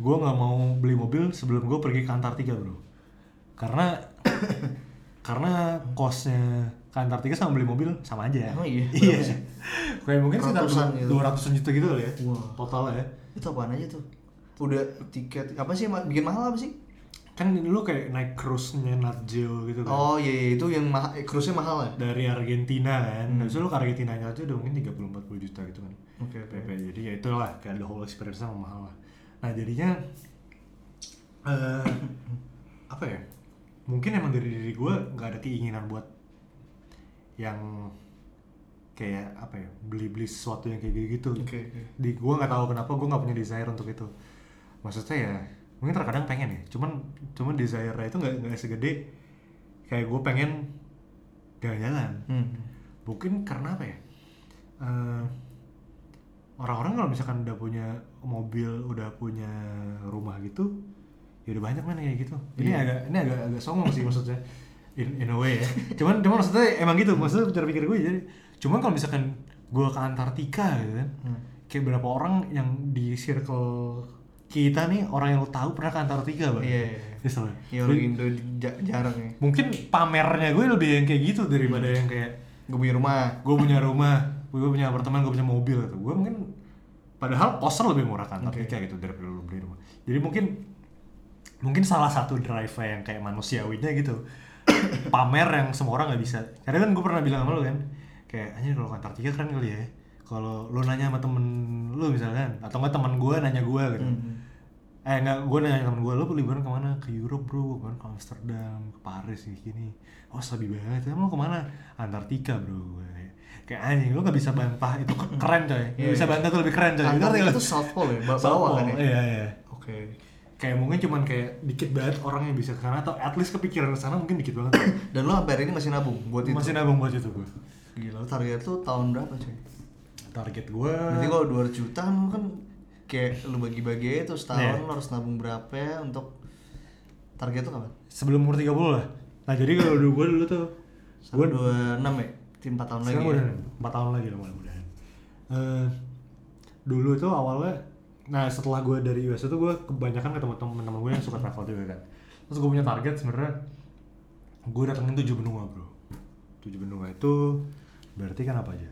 gue nggak mau beli mobil sebelum gue pergi ke Antartika bro karena karena costnya ke Antartika sama beli mobil sama aja
Emang iya?
iya
Berapa sih?
kayak mungkin sekitar
Ratusan gitu.
dua ratusan juta gitu kali ya
Wah.
total ya
itu apaan aja tuh udah tiket apa sih yang bikin mahal apa sih
kan dulu kayak naik cruise-nya Nat Geo gitu kan
oh iya, iya itu yang mahal eh, cruise-nya mahal ya
dari Argentina kan habis itu lu ke Argentina aja udah mungkin 30-40 juta gitu kan
Oke, oke.
PP. jadi ya itulah kayak the whole experience sama mahal lah nah jadinya eh apa ya mungkin emang dari diri gue nggak ada keinginan buat yang kayak apa ya beli-beli sesuatu yang kayak gitu-gitu
Oke, oke.
di gue nggak tahu kenapa gue nggak punya desire untuk itu maksudnya ya mungkin terkadang pengen ya cuman cuman desire itu nggak nggak segede kayak gue pengen jalan-jalan
hmm.
mungkin karena apa ya Eh, orang-orang kalau misalkan udah punya mobil udah punya rumah gitu ya udah banyak kan kayak gitu ini
Iya.
agak ini agak agak songong sih maksudnya in, in a way ya cuman cuman maksudnya emang gitu maksudnya cara pikir gue jadi cuman kalau misalkan gue ke Antartika gitu kan
Hmm.
kayak berapa orang yang di circle kita nih orang yang lo tahu pernah ke Antartika bang
Iya, iya, iya.
Ini selalu.
ya orang Indo ja- jarang ya
mungkin pamernya gue lebih yang kayak gitu daripada
Hmm.
yang kayak
gue punya rumah
gue punya rumah, gue punya apartemen, gue punya mobil gitu. Gue mungkin padahal koster lebih murah kan, tapi
Oke.
kayak gitu daripada lu beli rumah. Jadi mungkin mungkin salah satu drive yang kayak manusiawinya gitu pamer yang semua orang nggak bisa karena kan gue pernah bilang sama lu kan kayak anjir kalau ke Antartika keren kali ya kalau lu nanya sama temen lu misalkan atau nggak teman gue nanya gue gitu
Mhm.
eh nggak gue nanya temen gue lu liburan kemana ke Europe bro kemarin ke Amsterdam ke Paris kayak gini oh sabi banget emang lu kemana Antartika bro Gua kayak, kayak anjing lu nggak bisa bantah itu ke- keren coy Nggak
Iya,
bisa
iya.
bantah itu lebih keren coy Ngerti nggak
Antartika
lu?
itu South Pole ya, ba-
Sopo,
bawah kan ya.
iya iya
Oke.
kayak mungkin cuman kayak dikit banget orang yang bisa ke sana atau at least kepikiran ke sana mungkin dikit banget
Dan lo sampai hari ini masih nabung buat itu.
masih nabung buat itu gue
Gila, lo target tuh tahun berapa cuy?
target gue
Berarti kalau 200 juta kan lo kan kayak lo bagi-bagi itu setahun
Iya.
lo harus nabung berapa ya untuk target tuh kapan?
sebelum umur 30 lah nah jadi kalau dulu gue dulu tuh
Gue
gue
26 ya? Tim 4 tahun lagi.
sekarang
Ya?
udah 4 tahun lagi lah mudah-mudahan Eh, dulu itu awalnya nah setelah gue dari US itu gue kebanyakan ketemu temen-temen gue yang suka travel juga kan terus gue punya target sebenarnya gue datengin tujuh benua bro tujuh benua itu berarti kan apa aja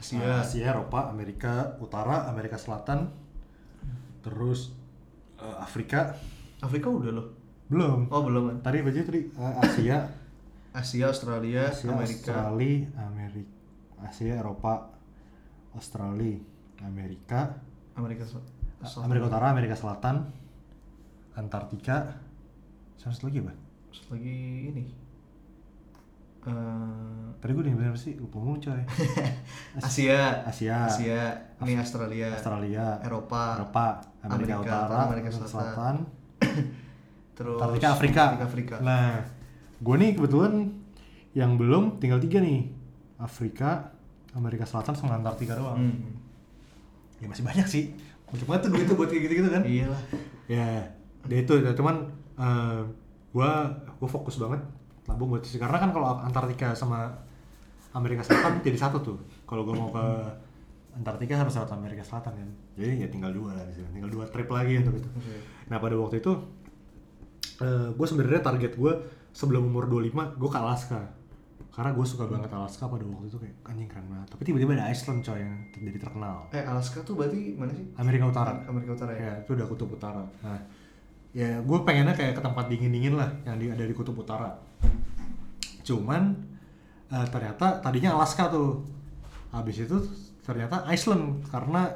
Nah,
Asia.
Asia, Eropa, Amerika Utara, Amerika Selatan, terus eh, Afrika
Afrika udah lo.
belum.
Oh, belum kan.
Tadi baju tadi eh, Asia,
Asia, Australia,
Asia, Iya,
Amerika.
Australia, Amerika, Asia, Eropa, Australia, Amerika,
Amerika Sel- Selatan.
Amerika Utara, Amerika Selatan, Antartika, sama satu lagi apa?
Terus lagi ini. eh,
Tadi gue nyebut apa sih? Gue bingung coy.
Asia,
Asia.
Asia, ini Australia,
Australia,
Eropa,
Eropa, Amerika,
Amerika
Utara,
Utara, Amerika Selatan. terus
Antartika Afrika.
Antartika, Afrika.
Nah, gue nih kebetulan yang belum tinggal tiga nih. Afrika, Amerika Selatan sama Antartika doang.
Hmm. Iya.
Ya masih banyak sih. Untuk banget tuh duitnya buat kayak gitu-gitu kan?
Iyalah.
ya dia itu ya, cuman eh, gua gua fokus banget nabung buat sih karena kan kalau Antartika sama Amerika Selatan jadi satu tuh kalau gua mau ke Antartika harus lewat Amerika Selatan kan jadi ya tinggal dua lah di sini. tinggal dua trip lagi untuk itu
Oke.
nah pada waktu itu eh gue sebenarnya target gue sebelum umur 25 gue ke Alaska karena gue suka banget Alaska pada waktu itu kayak anjing keren banget tapi tiba-tiba ada Iceland coy yang jadi terkenal
Eh Alaska tuh berarti mana sih?
Amerika Utara
Amerika Utara ya.
ya itu udah kutub utara nah ya gue pengennya kayak ke tempat dingin dingin lah yang di, ada di kutub utara cuman eh, ternyata tadinya Alaska tuh habis itu ternyata Iceland karena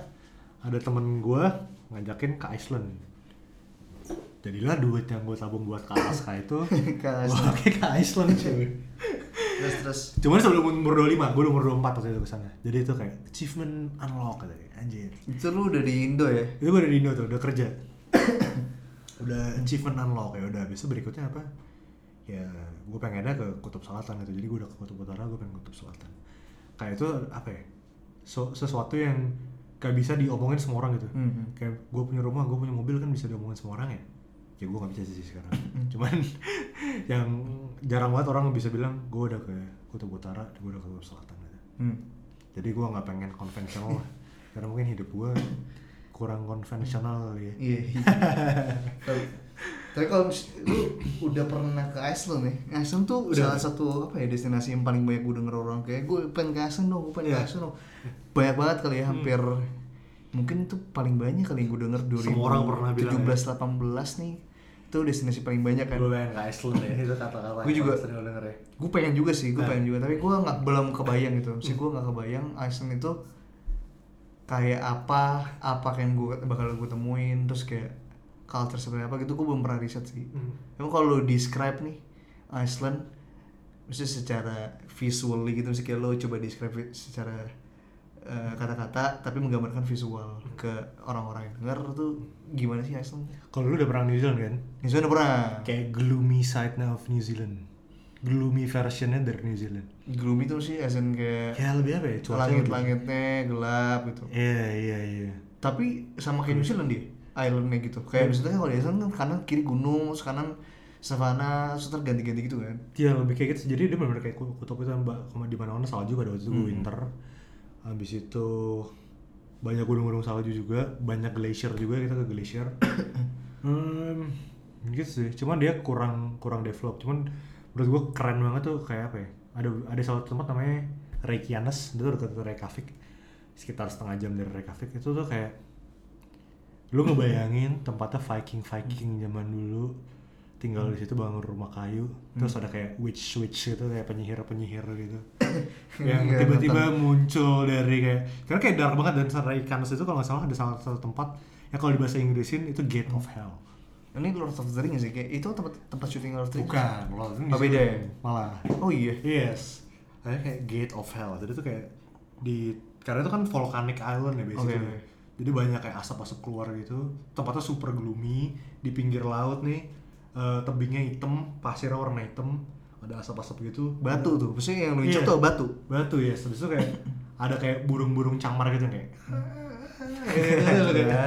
ada temen gue ngajakin ke Iceland jadilah duit yang gue tabung buat ke Alaska itu
Ke
gue
Alaska.
pakai ke Iceland cuy
Terus terus
cuman sebelum umur 25 gue udah umur 24 waktu itu kesana jadi itu kayak achievement unlock katanya anjir
itu lu udah di Indo ya?
itu gue udah di Indo tuh, udah kerja udah achievement unlock ya udah bisa berikutnya apa ya gue pengennya ke kutub selatan gitu jadi gue udah ke kutub utara gue pengen ke kutub selatan kayak itu apa ya so- sesuatu yang gak bisa diomongin semua orang gitu
Mhm.
kayak gue punya rumah gue punya mobil kan bisa diomongin semua orang ya ya gue gak bisa sih sekarang cuman yang jarang banget orang bisa bilang gue udah ke kutub utara gue udah ke kutub selatan gitu
Hmm.
jadi gue nggak pengen konvensional lah. karena mungkin hidup gue kurang konvensional kali ya
Iya. iya. Tapi- Tapi kalau mis- lu udah pernah ke Iceland ya? Iceland tuh
Udah.
salah satu apa ya destinasi yang paling banyak gue denger orang kayak gue pengen ke Iceland dong, gue pengen
Iya. Hmm.
ke Iceland dong. Banyak banget kali ya, hampir mungkin tuh paling banyak kali yang gue denger 2017,
Semua orang pernah bilang ya.
18 nih. Itu destinasi paling banyak kan.
gue pengen ke Iceland ya itu kata-kata
Gua juga.
sering denger ya
gue pengen juga sih
Nah.
gue
Hmm.
pengen juga tapi gue nggak belum kebayang gitu sih gue nggak kebayang Iceland itu kayak apa apa yang gue bakal gue temuin terus kayak culture seperti apa gitu gue belum pernah riset sih
Hmm.
emang kalau lu describe nih Iceland mesti secara visually gitu mesti kayak lo coba describe vi- secara eh, kata-kata tapi menggambarkan visual
Hmm.
ke orang-orang yang denger tuh gimana sih Iceland?
kalau lu udah pernah New Zealand kan
Ini sudah pernah
kayak gloomy side-nya of New Zealand gloomy versionnya dari New Zealand
gloomy tuh sih as in kayak
ya lebih apa ya cuaca lebih-
langit-langitnya gelap gitu
iya iya iya
tapi sama
Hmm.
kayak New Zealand dia islandnya gitu kayak misalnya kalau di Iceland kan kanan kiri gunung terus kanan savana terus ntar ganti-ganti gitu kan
Iya lebih kayak gitu. Jadi dia benar-benar kayak ku- kutub itu mbak sama di mana-mana salju pada waktu itu gua winter. Habis itu banyak gunung-gunung salju juga, banyak glacier juga kita ke glacier. hmm, gitu sih. Cuman dia kurang kurang develop. Cuman menurut gua keren banget tuh kayak apa ya? Ada ada satu tempat namanya Reykjanes, itu tuh dekat Reykjavik. Sekitar setengah jam dari Reykjavik itu tuh kayak lu ngebayangin tempatnya Viking Viking zaman dulu tinggal di situ bangun rumah kayu terus ada kayak witch witch gitu kayak penyihir penyihir gitu yang
Iya,
tiba-tiba muncul dari kayak karena kayak dark banget dan secara ikan itu kalau nggak salah ada salah satu tempat ya kalau di bahasa Inggrisin itu gate of hell
ini Lord of the Rings sih kayak itu tempat tempat syuting Lord of the Rings
kalau itu
Oh, beda ya?
malah
oh iya
Yes. Ada kayak Gate of Hell. Jadi itu kayak di karena itu kan volcanic island ya biasanya.
Oke, oke.
Jadi banyak kayak asap-asap keluar gitu. Tempatnya super gloomy di pinggir laut nih. Eh, tebingnya hitam, pasirnya warna hitam, ada asap-asap gitu.
batu tuh maksudnya yang lu hijau
Iya.
tuh batu
Batu ya, yes. habis itu kayak ada kayak burung-burung cangmar gitu kayak. Iya.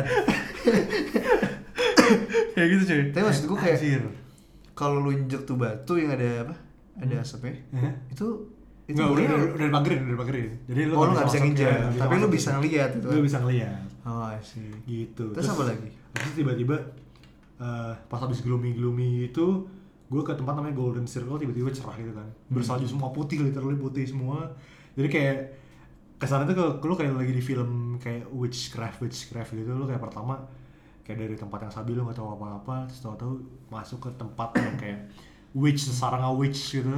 kayak gitu cuy.
Tapi maksud gua kayak-
Anjir.
kalau lu injek tuh batu yang ada apa ada asapnya
Eh?
itu itu
Enggak, udah,
dia-
udah, udah dipagerin, udah dipagerin. Jadi lu
Oh, lu nggak bisa
masuk
nginjak,
ya, nggak
tapi lu
masuk.
bisa ngeliat gitu.
kan. Lu bisa ngeliat.
oh I see
gitu
Terus apa lagi?
habis itu tiba-tiba eh, pas habis gloomy gloomy itu gue ke tempat namanya golden circle tiba-tiba cerah gitu kan
Hmm.
bersalju semua putih literally putih semua jadi kayak kesannya tuh kalau- kalau kayak lagi di film kayak witchcraft witchcraft gitu lo kayak pertama kayak dari tempat yang sabi lo gak tahu apa-apa terus tahu-tahu masuk ke tempat yang kayak witch sarangnya witch gitu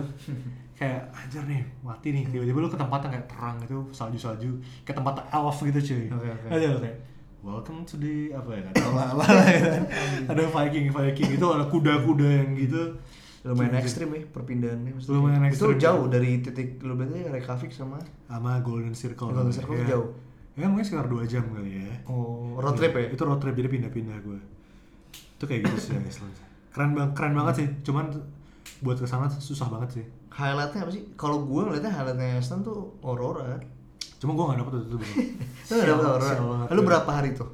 kayak anjir nih mati nih tiba-tiba lo ke tempat yang kayak terang gitu salju-salju ke tempat elf gitu cuy
Oke, oke.
Ada lo kayak welcome to the apa ya nggak tahu lah lah, lah, ya kan. ada viking viking gitu ada kuda-kuda yang gitu
lumayan
Gimana?
ekstrim ya perpindahannya maksudnya.
Lumayan ekstrim. ya.
itu jauh dari titik lu berarti ya, Reykjavik sama
sama Golden Circle.
Golden Circle
ya.
jauh.
Ya mungkin sekitar 2 jam kali ya.
oh road trip ya
Itu road trip jadi pindah-pindah gue. Itu kayak gitu sih Iceland. Keren banget, keren banget sih. Cuman buat kesana tuh susah banget sih.
highlightnya apa sih kalau gue ngeliatnya highlightnya Iceland tuh Aurora
Cuma gue gak dapet waktu itu bro.
lu nggak dapet Aurora
sial banget ya.
lu
gue.
berapa hari tuh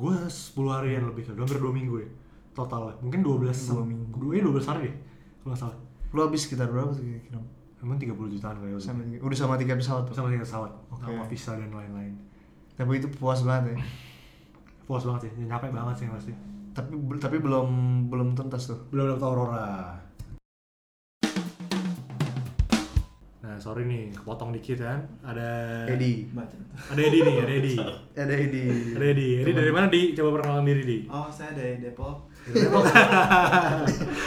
gue 10 harian lebih kali, hampir 2 minggu ya. Total lah. Mungkin 12
Dua
sam-
minggu.
dua- iya, 12 hari deh. Kalau nggak salah.
lu habis sekitar berapa tuh kira-kira
Emang 30 jutaan kali waktu itu.
Sampai tiga- udah sama tiga pesawat tuh
sama tiket pesawat
Oke.
sama visa dan lain-lain
tapi itu puas banget ya
puas banget sih capek banget sih pasti
tapi tapi belum belum tuntas tuh
belum dapat aurora nah sorry nih kepotong dikit kan ada
Edi
ada Edi nih ada Edi
ada Edi
ada Edi Edi dari mana di coba perkenalkan diri di
Oh, saya dari Depok.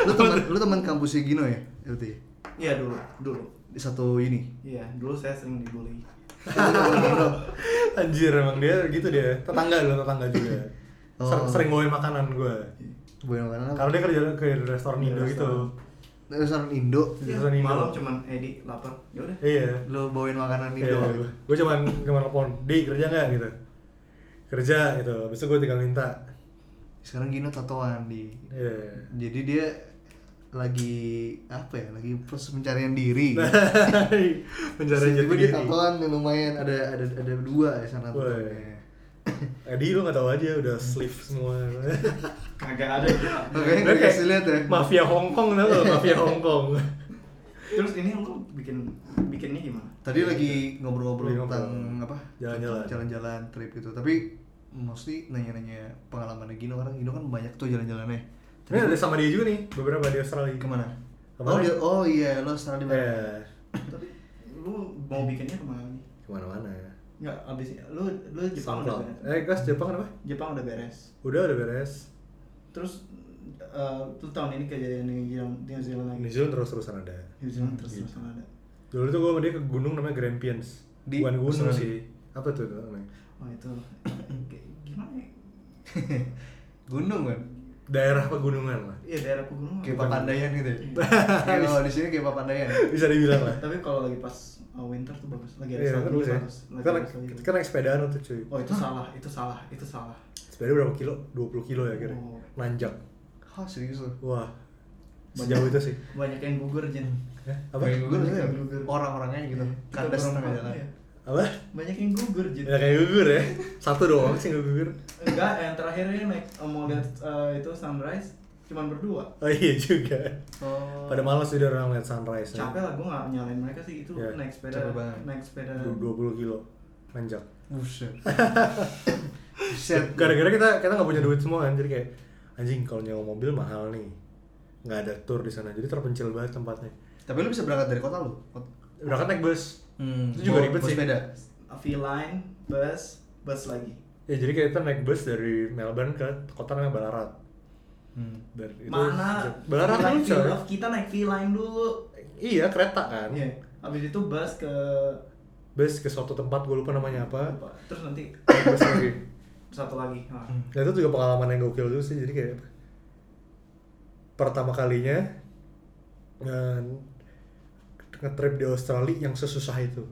lu teman lu teman kampusnya Gino ya LT
Iya dulu, dulu.
di satu ini
Iya, dulu saya sering dibully.
anjir emang dia gitu dia tetangga dulu tetangga juga
Oh.
Ser- sering bawain makanan gue
boleh makan apa
karena dia kerja kerja di restoran
Di
Indo gitu
restoran.
restoran Indo
Di restoran Indo.
Malam cuman Edi lapar. Ya udah.
iya
lu bawain makanan
Iya,
Indo
gue cuman cuman telepon, di kerja nggak gitu, kerja gitu, habis itu gue tinggal minta,
sekarang Gino tatoan di
Iya.
jadi dia lagi apa ya lagi proses pencarian diri
penjara jati
Tiba-tiba
diri.
dia tatoan yang lumayan ada ada ada dua ya sana
Woi.
tatoannya
Edi lu Eh, nggak tahu aja udah sleeve semua.
Kagak ada.
Oke, gue kasih lihat ya.
Mafia Hongkong tau nggak? Mafia Hongkong.
Terus ini lu bikin bikinnya gimana?
Tadi lagi ngobrol-ngobrol
Iya, Lagi ngobrol.
tentang apa?
Jalan-jalan.
Jalan-jalan trip gitu. Tapi mostly nanya-nanya pengalamannya Gino karena Gino kan banyak tuh jalan-jalannya.
Ini ada sama dia juga nih, beberapa di Australia.
Kemana?
Kemana?
Oh, dia, oh iya, lo sekarang di mana?
Eh,
Tapi lu mau bikinnya kemana nih?
kemana-mana.
Enggak, abis lu lu Jepang udah
Soundcloud.
beres.
Eh, gas Jepang apa?
Jepang udah beres.
Udah udah beres.
Terus eh tuh tahun ini kejadian di New Zealand, New Zealand lagi.
New Zealand terus-terusan ada.
New Zealand terus terusan ada.
Dulu tuh gue sama dia ke gunung namanya Grampians.
Di
Bukan gunung
Australia.
sih. Apa tuh namanya?
Oh itu Kayak gimana ya?
Gunung kan?
Daerah pegunungan lah.
Iya daerah pegunungan.
Kayak Papandayan gitu
Iya.
ya. Kayak kalau di sini kayak Papandayan.
Bisa dibilang lah.
Tapi kalau lagi pas uh, winter tuh bagus. Lagi ada
Iya, kan
salju,
bagus ya. kan-
bagus. Lagi
Kita
ada
naik,
salju.
kita naik sepedaan waktu itu, cuy.
Oh itu salah, itu salah, itu salah.
Sepeda berapa kilo? 20 kilo ya kira.
Oh.
Nanjak.
Hah, serius lo?
Wah. Sejauh itu sih.
Banyak yang gugur Jen.
Hmm.
Hah? Apa?
Kayak gugur
Banyak
ya?
yang gugur.
Orang-orangnya gitu.
Kita
Kandas
berempat,
tengah jalan.
iya.
Apa?
Banyak yang gugur Jen.
Ya kayak gugur ya. Satu doang sih nggak gugur.
Enggak, yang terakhirnya naik uh, mau lihat uh, itu sunrise cuman berdua.
Oh iya juga.
Oh.
Pada malas sih orang lihat sunrise.
Capek lah, gue gak nyalain mereka sih itu
Iya,
naik sepeda,
Iya. capek banget.
naik sepeda.
Du- 20 kilo. Nanjak.
Buset. Buset.
Gara-gara kita kita nggak punya duit semua kan, jadi kayak anjing kalau nyewa mobil mahal nih. Nggak ada tour di sana, jadi terpencil banget tempatnya.
Tapi lu bisa berangkat dari kota lu?
Berangkat naik bus.
Hmm,
Itu juga
bawa-
ribet
bawa
sih.
sepeda.
V-line, bus, bus lagi.
Ya jadi kayak kita naik bus dari Melbourne ke kota namanya Ballarat.
Hmm.
Dan itu
Mana?
Ballarat
Kita
kan
naik
coy.
V- kita naik V-line dulu.
Iya kereta kan.
Iya. Habis itu bus ke
Bus ke suatu tempat gue lupa namanya apa.
terus nanti
Bus lagi.
satu lagi. Nah.
Nah itu juga pengalaman yang gokil juga sih. Jadi kayak pertama kalinya nge- nge-trip di Australia yang sesusah itu.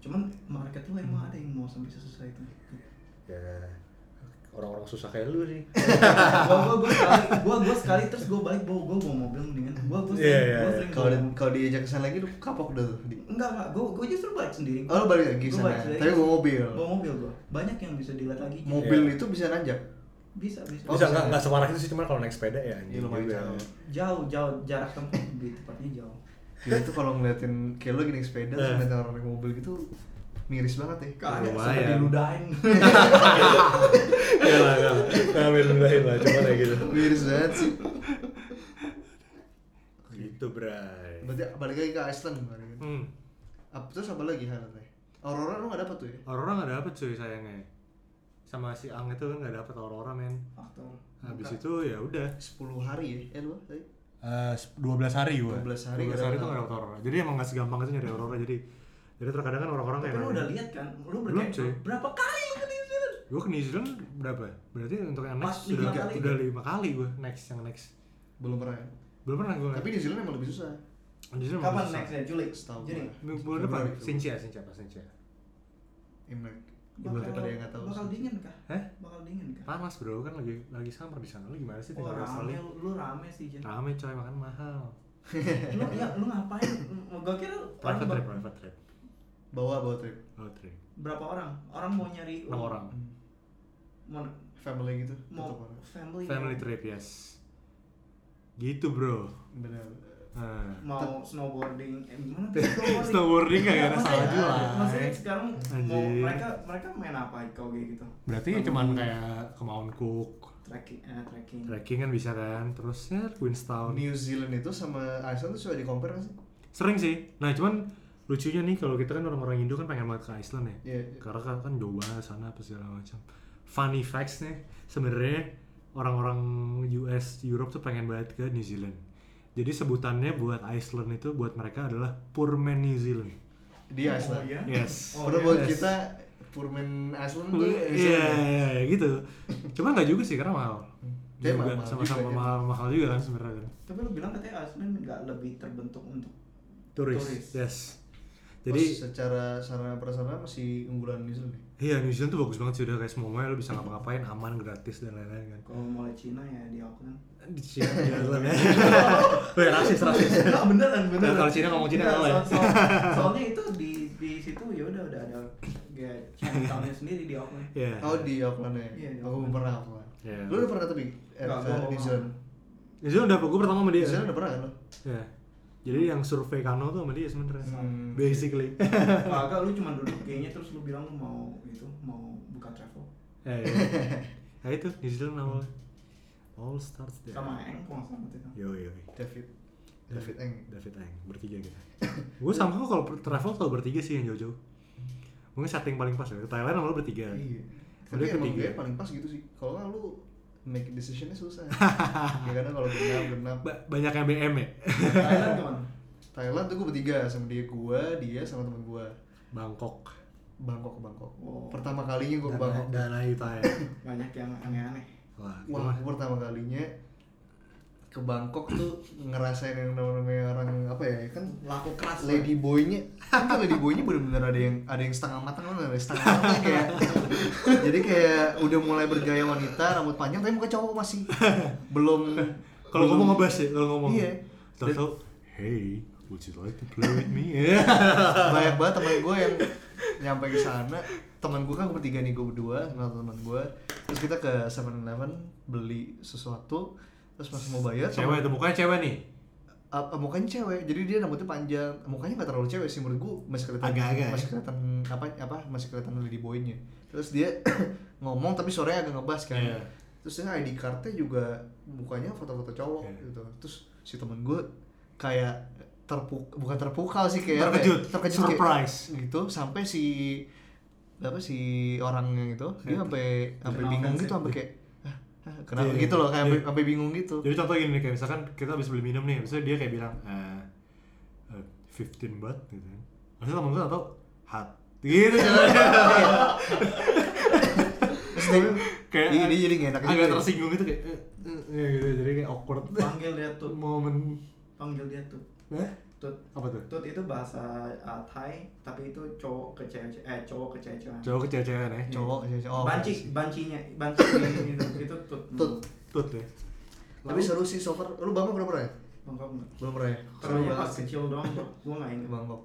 Cuman market lu
Hmm.
emang ada yang mau sampai sesusah itu.
Ya orang-orang susah kayak lu sih.
gua gua gua sekali, gua gua sekali terus gua balik bawa gua bawa mobil mendingan. Gua gua sering,
Iya, iya,
gua
iya.
sering
Kalau
bawa
di-
mobil.
kalau diajak kesan lagi lu kapok dah tuh. Di-
enggak enggak, gua gua justru balik sendiri.
Oh, lu balik lagi
Gua
sana.
balik sendiri.
Tapi bawa mobil.
Bawa mobil gua. Banyak yang bisa dilihat lagi. Jin.
Mobil
Iya.
itu bisa nanjak.
Bisa bisa.
Oh,
bisa
bisa.
nggak nggak separah itu sih cuma kalau naik sepeda ya anjing
Iya, lumayan
juga.
jauh.
Jauh jauh jarak tempat di tempatnya jauh.
Gila itu kalau ngeliatin kayak lu lagi naik sepeda terus
Eh.
ngeliatin orang naik mobil gitu miris banget ya.
Kagak sampai
Lumayan.
diludahin.
Ya lah, nggak nggak main-main lah, cuma kayak gitu.
Miris banget sih.
Gitu, Bray.
Berarti balik lagi ke Iceland kemarin.
Hmm.
Apa terus apa lagi highlightnya? Aurora lu nggak dapet tuh ya?
Aurora nggak dapet cuy sayangnya sama si Ang itu kan nggak dapet Aurora men
Faktor.
habis itu ya udah
10 hari ya? Eh lu tadi?
Eh, dua belas hari gue
12 hari nggak
hari
dapet
itu nggak dapet Aurora jadi emang nggak segampang itu nyari Aurora jadi jadi terkadang kan orang-orang
Tapi
kayak
lu udah lihat kan? Lu
Belum,
berapa
cuy.
berapa kali lu ke New Zealand?
gue ke New Zealand berapa ya?" berarti untuk yang
Pas
next
lima
sudah
kali. ya?
udah lima kali gue next yang next
Belum pernah ya?
belum pernah gue
Tapi New Zealand emang lebih susah.
justru
Kapan nextnya? Juli?
Setahu
Juni?
gua.
bulan depan Sincha Sincha apa Sincha
Imlek.
Ibu
Imlek tadi yang nggak tahu.
bakal dingin kah?
Hah?
Bakal dingin kah?
panas bro kan lagi lagi summer di sana lu gimana sih
Oh
tinggal di
rame,
Australia
lu, lu rame sih Jen.
rame coy makan mahal
lu ya lu ngapain? Gue kira orang
private
ber-
trip private trip
Bawa bawa trip.
road Oh, trip Hmm.
berapa orang? Orang mau nyari
enam orang
Mau,
Family gitu.
Hmm. mau
tetep orang.
family, kan?
family
mau-
trip yes gitu bro
Bener.
nah.
mau snowboarding eh, gimana tuh snowboarding?
Snowboarding nggak ada
Maksudnya-
salahnya lah.
maksudnya sekarang mau
Anjir.
mereka mereka main apa kalau kayak gitu
berarti cuman kayak kemauan cook
trekking eh, trekking
trekking kan bisa kan terus ya Queenstown
Iya.
New Zealand itu sama Iceland tuh sudah di compare nggak sih?
sering sih nah cuman lucunya nih kalau kita kan orang-orang Indo kan pengen banget ke Iceland ya
Iya, iya.
karena kan, kan jauh banget sana apa segala macam funny facts nih sebenarnya orang-orang US Europe tuh pengen banget ke New Zealand jadi sebutannya buat Iceland itu buat mereka adalah poor man New Zealand
Di Iceland.
Oh, iya?
yes
Oh,
Padahal
iya.
buat kita Purmen Iceland ya? tuh
Iya, iya, iya, gitu. Cuma nggak juga sih karena mahal.
Dia
Juga,
mahal
sama-sama
juga, ya.
mahal, mahal juga kan sebenarnya.
tapi lu bilang katanya Iceland nggak lebih terbentuk untuk
Turis,
Turis.
yes.
Jadi
Jadi
secara sarana prasarana masih unggulan New Zealand. ya?
Iya New Zealand tuh bagus banget sih udah kayak semuanya lo bisa ngapa-ngapain aman gratis dan lain-lain kan.
kalau mulai Cina ya di Auckland
Di Cina di
Iya.
Ireland ya. Weh rasis rasis.
Nggak, beneran beneran
Kalau Cina ngomong Cina
Nggak,
kalah ya.
so- so- soalnya itu di di situ ya udah udah ada kayak Chinatownnya sendiri di Auckland
Iya.
Oh di Auckland ya?
Iya, di
Aku belum
Auckland.
pernah Auckland.
Iya.
Lu udah pernah tapi eh,
Nggak,
ke
gua mau
New Zealand?
New Zealand udah gue pertama sama dia.
New Zealand udah pernah kan lo?
Iya. Jadi yang survei kano tuh sama dia sebenarnya.
Hmm.
Basically.
Kagak lu cuma duduk kayaknya terus lu bilang lu mau itu mau buka travel
Ya, ya. ya itu New Zealand awalnya. All starts there.
sama
ya?
engkong sama itu.
Yo yo.
David. David Eng.
David Eng bertiga kita. gue sama kalau per- travel kalau bertiga sih yang jauh-jauh. Mungkin setting paling pas ya. Ke Thailand sama lo bertiga.
Iya. Tapi
Udah
emang
ketiga.
gue paling pas gitu sih. Kalau nggak lu make decisionnya susah. ya karena kalau genap genap.
Ba- banyak yang BM ya.
Thailand kemana?
Thailand tuh gue bertiga sama dia gue, dia sama temen gue.
Bangkok.
Bangkok ke Bangkok.
Wow.
Pertama kalinya gue ke Bangkok.
Danai
ya.
Thai.
banyak yang aneh-aneh
Wah,
Wah,
wah.
gue pertama kalinya ke Bangkok tuh ngerasain yang namanya orang apa ya kan
laku keras
lady boynya kan tuh lady boynya bener-bener ada yang ada yang setengah matang ada yang setengah matang kayak jadi kayak udah mulai bergaya wanita rambut panjang tapi muka cowok masih belum
Kalau
belum-
ngomong ngebas ya, kalau ngomong.
Iya.
Terus tau, hey, would you like to play with me? Iya.
banyak banget teman gue yang nyampe ke sana teman gue kan gue bertiga nih gue berdua sama teman gue terus kita ke 7-Eleven beli sesuatu terus pas mau bayar
cewek
teman-
itu mukanya cewek nih.
Ah, ah, mukanya cewek jadi dia rambutnya panjang mukanya nggak terlalu cewek sih menurut gue masih kelihatan
Agak-agak ya?
masih kelihatan apa apa masih kelihatan lady boynya terus dia ngomong tapi sore agak ngebas kan
Iya.
terus dia ID cardnya juga mukanya foto-foto cowok
Iya.
gitu terus si temen gue kayak terpuk bukan terpukau sih kayak apa
Terkejut,
ya? terkejut kayak
surprise.
gitu sampai si apa si orang yang itu dia sampai sampai
Kenal
bingung
kan
gitu
sih?
sampai kayak "Hah? Hah?" kenapa
ya? Iya,
gitu loh kayak sampai-
iya.
sampai bingung gitu
Jadi contoh gini nih, kayak misalkan kita habis beli minum nih, misalnya dia kayak bilang, eh, eh, 15 baht gitu kan. Terus temen gue tau, hat. Gitu ceweknya.
Terus dia, "Iya,
kayak
dia, dia jadi gak enak
agak
gitu.
tersinggung itu kayak, eh, eh, eh, gitu. Jadi kayak awkward.
panggil dia tut
Momen.
panggil dia tut
Hah?
tut
Apa tuh?
tut itu bahasa uh, Thai tapi itu cowok ke cewek eh cowok ke cewek
Jauh ke cewek-cewek ya.
cowok cewek- oh
banci bancinya banci ini, itu, itu tut
Tut.
Tut ya.
tapi seru sih so far lu bangkok udah pernah ya
bangkok nggak
belum pernah ya seru
Ternyata
banget
pas
sih
kecil doang bro. gua nggak
ke
ingat
bangkok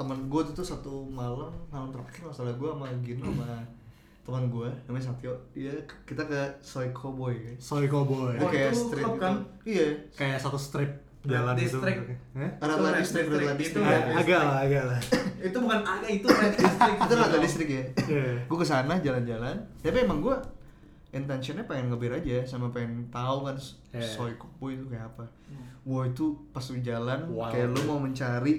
temen gue tuh satu malam malam terakhir masalah gue sama Gino sama teman gue namanya Satyo dia kita ke Soy Cowboy ya.
Soy cowboy.
Dia
Oh,
kayak
itu
street
klub
gitu
kan?
iya
Kayak satu strip jalan gitu.
District.
Hah? Ah,
Red Light
Itu Red
District, Red
District,
Light
itu
District
Red
ya.
District.
agak lah, agak lah.
itu bukan agak itu red district
itu Red Light
Bro.
District ya
Iya.
gue kesana jalan-jalan tapi emang gue intentionnya pengen ngebir aja sama pengen tahu kan
Iya. Hmm.
soy cowboy itu kayak apa wah itu pas lu jalan
Wow.
kayak lu mau mencari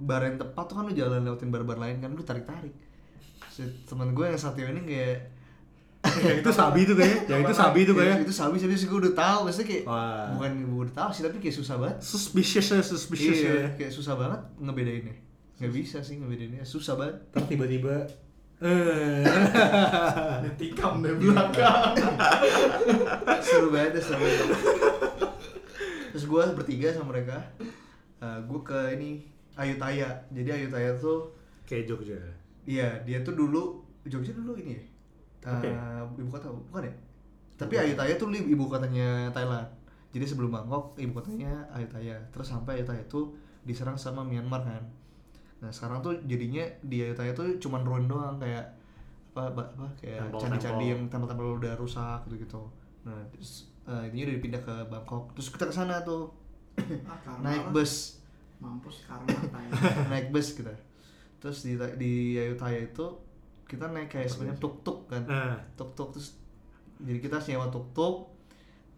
bar yang tepat tuh kan lu jalan lewatin bar-bar lain kan lu tarik-tarik si teman gue yang satu ini kayak
Yang Ya, itu sabi tuh kayaknya. Yang itu sabi tuh kayaknya.
Iya, itu sabi sabi sih gue udah tahu maksudnya kayak
Wah.
bukan gue udah tahu sih tapi kayak susah banget
Suspicious ya, suspicious
iya,
ya.
kayak susah banget ngebedainnya nggak bisa sih ngebedainnya susah banget
Ntar tiba-tiba eh
ditikam dari belakang
seru banget ya seru banget terus gue bertiga sama mereka gue ke ini Ayutthaya jadi Ayutthaya tuh
Kayak Jogja.
Iya, dia tuh dulu Jogja dulu ini ya.
Apa ya?
Eh, ibu kota bukan ya? Tapi Ayutthaya tuh li- ibu kotanya Thailand. Jadi sebelum Bangkok ibu kotanya Ayutthaya. Terus sampai Ayutthaya tuh diserang sama Myanmar kan. Nah, sekarang tuh jadinya di Ayutthaya tuh cuman ruin doang kayak apa apa, apa, kayak
Tempel-tempel.
candi-candi yang tempat-tempat udah rusak gitu-gitu. Nah, terus eh, intinya udah dipindah ke Bangkok. Terus kita ke sana tuh
Ah, karma
naik
lah.
bus
Mampus ya? karma tanya.
naik bus kita terus di di Ayutthaya itu kita naik kayak sebenarnya tuk tuk kan
Nah,
tuk tuk terus jadi kita sewa tuk tuk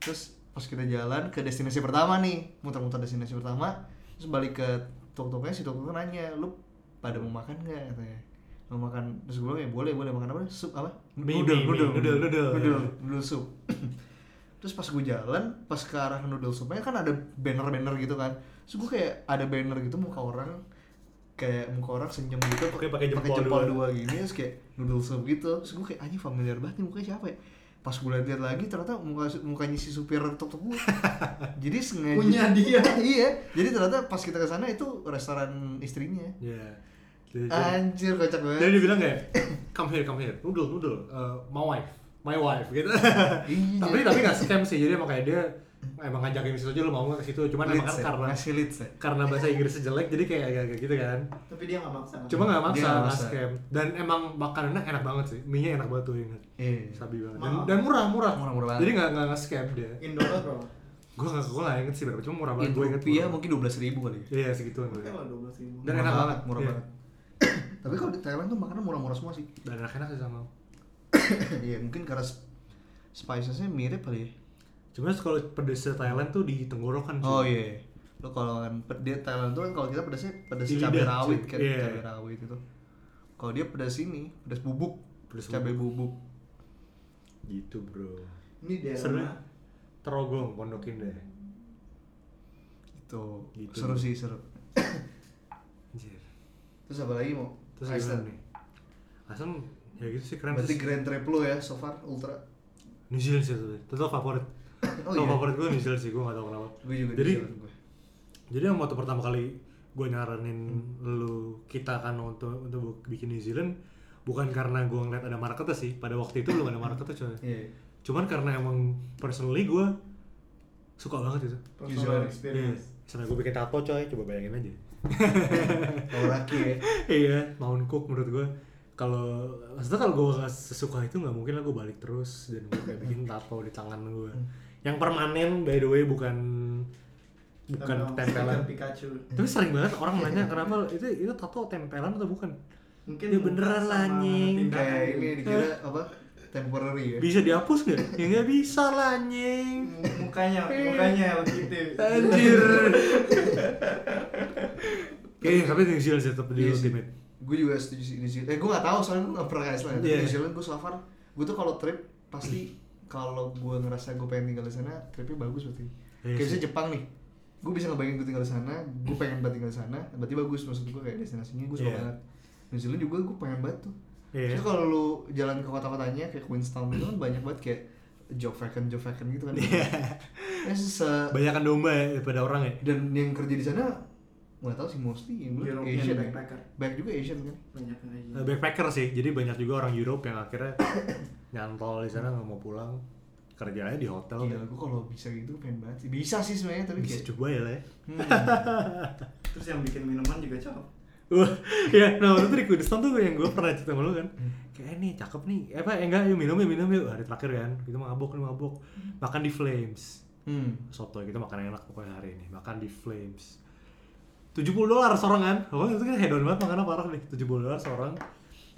terus pas kita jalan ke destinasi pertama nih muter-muter destinasi pertama terus balik ke tuk tuknya si tuk tuk nanya lu pada mau makan nggak katanya mau makan terus gue bilang ya boleh boleh makan apa sup apa
Mie, mie, mie. Noodle, noodle. ya.
noodle noodle soup terus pas gue jalan pas ke arah noodle soupnya kan ada banner-banner gitu kan terus gue kayak ada banner gitu muka orang kayak muka orang senyum gitu
Oke, pakai jempol
jempol
dua.
dua gini terus kayak noodle soup gitu terus gue kayak anjing familiar banget nih mukanya siapa ya pas gue lihat lagi ternyata muka mukanya si supir tok tok gue jadi sengaja
Punya dia.
iya jadi ternyata pas kita ke sana itu restoran istrinya
ya. Jadi-
anjir kocak
Jadi
banget
dia bilang kayak, come here, come here, noodle, noodle, uh, my wife, my wife, gitu.
Iya.
tapi tapi nggak scam sih, jadi makanya dia emang ngajakin ke situ aja lu mau nggak ke situ, cuman emang
Leads
kan
ya,
karena
ngasih leads ya
karena bahasa Inggrisnya jelek, jadi kayak agak-agak gitu kan.
Tapi dia nggak maksa.
Cuma nggak maksa,
Dia nggak
nggak
maksa.
scam. Dan emang makanannya enak banget sih, mie-nya enak banget tuh ingat.
Iya.
Sabi banget. Dan,
Mahal.
dan murah, murah.
Murah-murah banget.
Jadi nggak nggak nggak scam dia.
Indola bro.
Gue nggak gue nggak inget sih berapa, cuma murah banget.
Itu
Gue inget.
Iya, rupiah
murah.
mungkin dua belas ribu kali ya.
Iya segituan.
Oke
Dan
lah dua belas ribu.
Dan
Murah
enak banget.
murah
Iya.
banget. Tapi kalau di Thailand tuh makanan murah-murah semua sih.
enak-enak sih sama.
Iya, mungkin karena sp- spicesnya mirip kali ya.
Cuman kalau pedesnya Thailand tuh di tenggorokan sih.
Oh iya. Lo kalau kan pe- dia Thailand tuh kan kalau kita pedasnya pedas
Di
cabai
lidah,
rawit
cuy.
kan,
Iya.
cabai rawit itu. Kalau dia pedas ini, pedas bubuk,
Pedas
cabai bubuk.
Gitu bro.
Ini
Iya,
daerah
Seru. ya?
mana?
Terogong Pondok Indah.
Itu
Gitu.
seru sih, seru.
Anjir.
Terus apa lagi mau?
Terus gimana
Iceland.
nih? Asam ya gitu sih keren
Berarti
sih.
Grand Trip lo ya so far ultra.
New Zealand sih sebenarnya. Total favorit.
Oh
Total
iya.
favorit gue New Zealand sih, gue gak tau kenapa.
Gue juga
Jadi
di Thailand gue.
jadi yang waktu pertama kali gue nyaranin lu kita kan untuk untuk bu- bikin New Zealand bukan karena gue ngeliat ada marketnya sih. Pada waktu itu belum ada marketnya coy.
Iya.
Cuman karena emang personally gue suka banget itu.
Personal
Iya.
experience.
Sampai gue bikin tato coy, coba bayangin aja.
Kalau Raki ya.
iya Mount Cook menurut gue kalau maksudnya kalau gue gak sesuka itu nggak mungkin lah gue balik terus dan gue kayak
Hmm.
bikin tato di tangan gue yang permanen by the way bukan Iya. bukan
Tentang
tempelan
stiker Pikachu.
tapi sering banget orang nanya kenapa itu itu tato tempelan atau bukan
Mungkin
Ya beneran lah,
sama
nying.
tindakan
Kayak ini
dia.
dikira apa? Temporary ya.
Nah, bisa dihapus nggak ya nggak bisa lah anjing
Mu- mukanya mukanya begitu.
anjir Iya, tapi New Zealand sih tetap di
Iya sih.
ultimate.
gue juga setuju sih New Zealand. Eh gue gak tahu soalnya gue gak pernah ke Iceland. Tapi
Iya.
New Zealand gue so far, gue tuh kalau trip pasti kalau gue ngerasa gue pengen tinggal di sana, tripnya bagus berarti.
Iya
kayak
sih.
misalnya Jepang nih, gue bisa ngebayangin gue tinggal di sana, gue pengen banget tinggal di sana, berarti bagus maksud gue kayak destinasinya gue suka
Iya.
banget. New Zealand juga gue pengen banget tuh.
Iya.
Terus kalau lu jalan ke kota-kotanya kayak Queenstown itu kan banyak banget kayak job vacant, job vacant gitu kan.
Iya.
Eh, se-
Banyakan domba ya daripada orang ya.
dan yang kerja di sana nggak tahu sih mostly yang bilang
European
Asian ya.
backpacker.
Banyak juga Asian kan.
Banyak gitu. aja.
Eh, backpacker sih jadi banyak juga orang Europe yang akhirnya nyantol di sana nggak mau pulang kerjanya di hotel
Gila, gue kalau bisa gitu pengen banget sih. Bisa sih sebenarnya tapi
bisa
kayak Hmm.
coba ya lah ya.
Terus yang bikin minuman juga cowok.
Wah, ya nah waktu itu di Kudistan tuh yang gue pernah cerita sama lu kan
Hmm.
kayak "Eh, nih cakep nih eh, apa eh, enggak yuk minum yuk minum yuk hari terakhir kan kita mabok nih mabok makan di Flames
hmm.
soto kita makan enak pokoknya hari ini makan di Flames 70 dolar seorang kan pokoknya itu kita hedon banget makannya parah nih 70 dolar seorang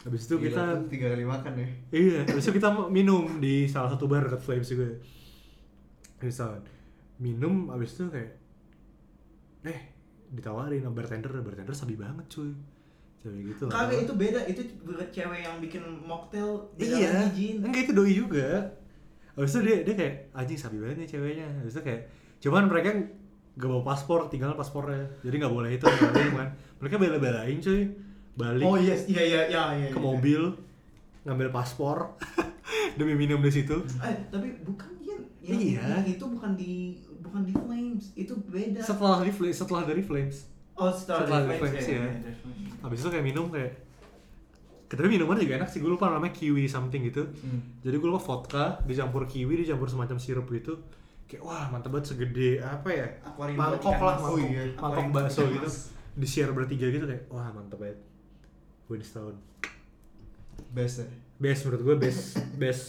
habis itu
Gila,
kita
tuh tiga kali makan ya.
Iya, terus kita minum di salah satu bar dekat Flames juga. Misalnya minum abis itu kayak eh ditawarin sama bartender, bartender sabi banget cuy. Cewek gitu. lah.
Kagak itu beda, itu bukan cewek yang bikin mocktail di dalam
Iya.
izin.
Enggak itu doi juga. Abis itu dia dia kayak anjing sabi banget nih ceweknya. Abis itu kayak cuman mereka gak bawa paspor, tinggal paspornya. Jadi gak boleh itu kan. Mereka bela-belain cuy. Balik
Oh yes, iya iya iya iya.
ke
iya.
mobil ngambil paspor demi minum di situ.
Eh, tapi bukan Ian, Yang,
Iya.
yang itu bukan di bukan di Flames, itu beda.
setelah di Flames- setelah dari Flames
oh, setelah,
setelah
di
di
Flames,
Flames,
ya.
ya.
ya, dari Flames.
habis itu kayak minum kayak tapi minuman juga enak sih gue lupa namanya kiwi something gitu
Hmm.
jadi gue lupa vodka dicampur kiwi dicampur semacam sirup gitu kayak wah mantep banget segede apa ya
Akuarium buat
mangkok
ikan
lah
mas.
mangkok,
Oh iya.
mangkok
Akuarium buat
bakso
ikan
gitu
mas.
di share bertiga gitu kayak wah mantep banget gue ini setahun
Best ya.
best menurut gue best best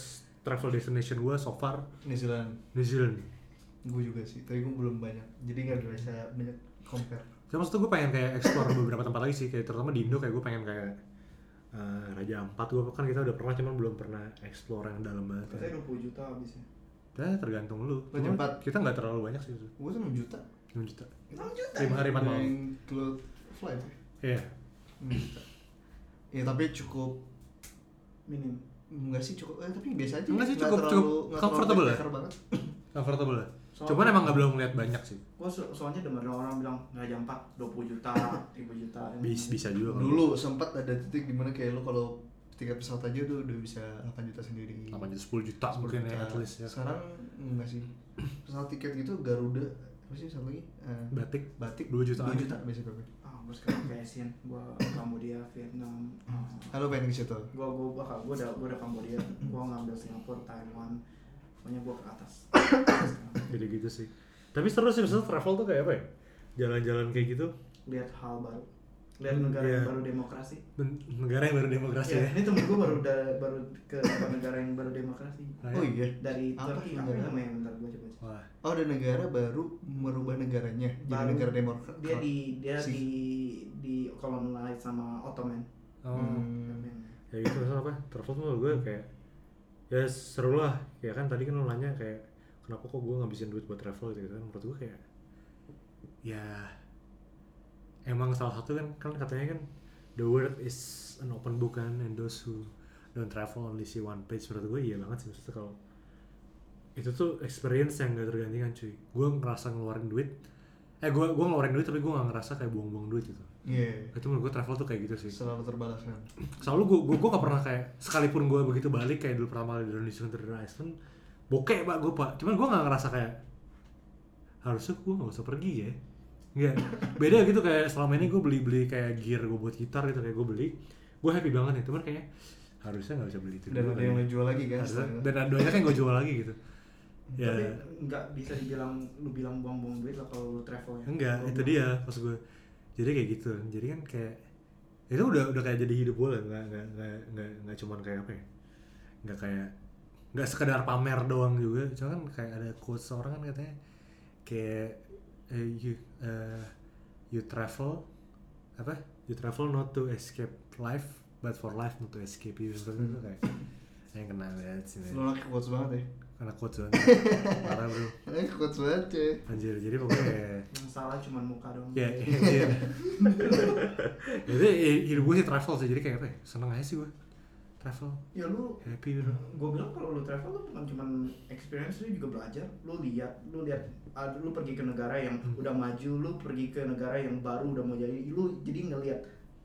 travel destination gue so far
New Zealand.
New Zealand
Gue juga sih, tapi gue belum banyak. Jadi nggak
Hmm.
bisa banyak compare.
Cuma maksud gue pengen kayak explore beberapa tempat lagi sih, kayak terutama di Indo kayak gue pengen kayak eh, Raja Ampat gue kan kita udah pernah cuman belum pernah explore yang dalam banget.
Katanya 20 juta habisnya.
Ya tergantung lu.
Raja
Cuma
Ampat.
Kita nggak terlalu banyak sih itu.
Gue tuh 6 juta.
6 juta.
6 juta.
5 hari 4 malam.
Yang cloud flight ya.
Iya.
6 juta. Ya tapi cukup
Minim.
Enggak sih cukup, eh, tapi biasa aja
Enggak sih,
Nggak
cukup-
terlalu-
cukup
nggak terlalu
comfortable ya?
backpacker banget
Comfortable lah.
Soalnya-
Cuman emang nggak belum ngeliat banyak sih.
Gua so soalnya denger orang bilang raja empat 20 juta, 3 juta.
Bisa, bisa juga kan.
Dulu sempat ada titik dimana kayak lu kalau tiket pesawat aja tuh udah bisa 8 juta sendiri
8 juta 10 juta mungkin ya at least ya.
Sekarang enggak sih Pesawat tiket gitu Garuda Apa sih satu lagi? Eh,
Batik.
Batik
2 jutaan.
2 juta biasa berapa?
Ah, gua sekarang ke Asian, gua Kambodia, Vietnam. ah.
Hmm.
Halo pengen ke situ
gua gua bakal gua udah gua udah Kambodia gua ngambil Singapura Taiwan pokoknya gua ke atas
Jadi gitu sih. Tapi seru sih maksudnya travel tuh kayak apa ya? Jalan-jalan kayak gitu.
lihat hal baru lihat
Hmm,
negara yang
iya.
baru demokrasi
Ben- Negara yang baru demokrasi
Iya,
ya.
ini temen gua baru udah baru ke apa, negara yang baru demokrasi
Nah, ya.
Oh iya
dari
Apa
Turki
tuh
apa
negara?
namanya bentar gua coba cek.
Wah.
Oh ada negara baru merubah negaranya
Baru.
Jadi negara demokrat
dia di dia
Si-
di di kolonial sama Ottoman
Oh.
Hmm.
ya gitu maksudnya apa travel tuh menurut gue kayak ya seru lah ya kan tadi kan lo nanya kayak kenapa kok gue ngabisin duit buat travel gitu kan menurut gue kayak ya emang salah satu kan kan katanya kan the world is an open book kan and those who don't travel only see one page menurut gue iya banget sih maksudnya kalau itu tuh experience yang gak tergantikan cuy gue ngerasa ngeluarin duit eh gue gue ngeluarin duit tapi gue gak ngerasa kayak buang-buang duit gitu
Iya
itu menurut gue travel tuh kayak gitu sih
Selalu kan. terbalaskan
selalu gue gue gak pernah kayak sekalipun gue begitu balik kayak dulu pertama kali dari New Zealand dari Iceland bokeh pak gue pak cuman gue gak ngerasa kayak harusnya gue gak usah pergi ya Nggak, beda gitu kayak selama ini gue beli beli kayak gear gue buat gitar gitu kayak gue beli gue happy banget ya cuman kayaknya harusnya gak bisa beli itu
Dan
dulu
ada
kali ya.
yang lo jual lagi kan
Harusnya-
setelah itu.
dan ada banyak yang gue jual lagi gitu ya
tapi nggak bisa dibilang lu bilang buang-buang duit lah kalau lu travel ya
enggak
Gua
itu
bilang,
dia pas gue jadi kayak gitu jadi kan kayak itu udah udah kayak jadi hidup gue lah nggak nggak nggak nggak nggak cuman kayak apa ya nggak kayak nggak sekedar pamer doang juga cuman kan kayak ada quotes orang kan katanya kayak eh, you eh, you travel apa you travel not to escape life but for life not to escape you Maksudnya itu kayak saya kenal banget sih men.
Lo laki quotes banget ya
karena quotes banget parah bro
Eh quotes banget cuy
anjir jadi pokoknya kayak
yang salah cuman muka doang
Ya, iya. Jadi ya, hidup gue sih travel sih, jadi kayak apa ya? Seneng aja sih gue travel,
ya lu
happy gitu.
gue bilang kalau lu travel lu bukan cuman experience lu juga belajar lu lihat lu lihat ah, lu pergi ke negara yang
Hmm.
udah maju lu pergi ke negara yang baru udah mau jadi lu jadi ngelihat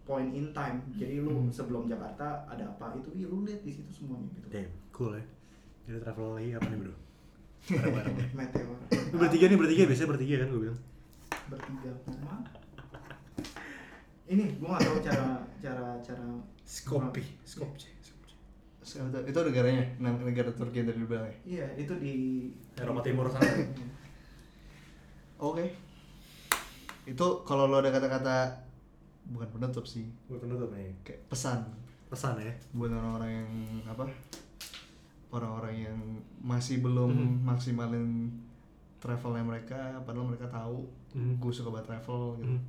point in time
Hmm.
jadi lu sebelum Jakarta ada apa itu ya lu lihat di situ semuanya gitu
Damn, cool ya. Jadi travel lagi apa nih bro? Bareng-bareng.
meteor
Lu bertiga nih bertiga biasanya bertiga kan gue bilang.
bertiga Mana? ini gua gak tahu cara cara cara
Skopi, Skopje. Skopje.
Sekarang itu- itu negaranya, nam- negara Turki yang tadi lu bilang ya?
iya itu di
Eropa Timur sana.
Oke. Itu kalau lo ada kata-kata bukan penutup sih,
Gue penutup nih.
kayak pesan
Pesan ya.
buat orang-orang yang apa? Orang-orang yang masih belum
Mhm.
maksimalin travelnya mereka, padahal mereka tahu
Mhm.
gue suka banget travel gitu.
Mhm.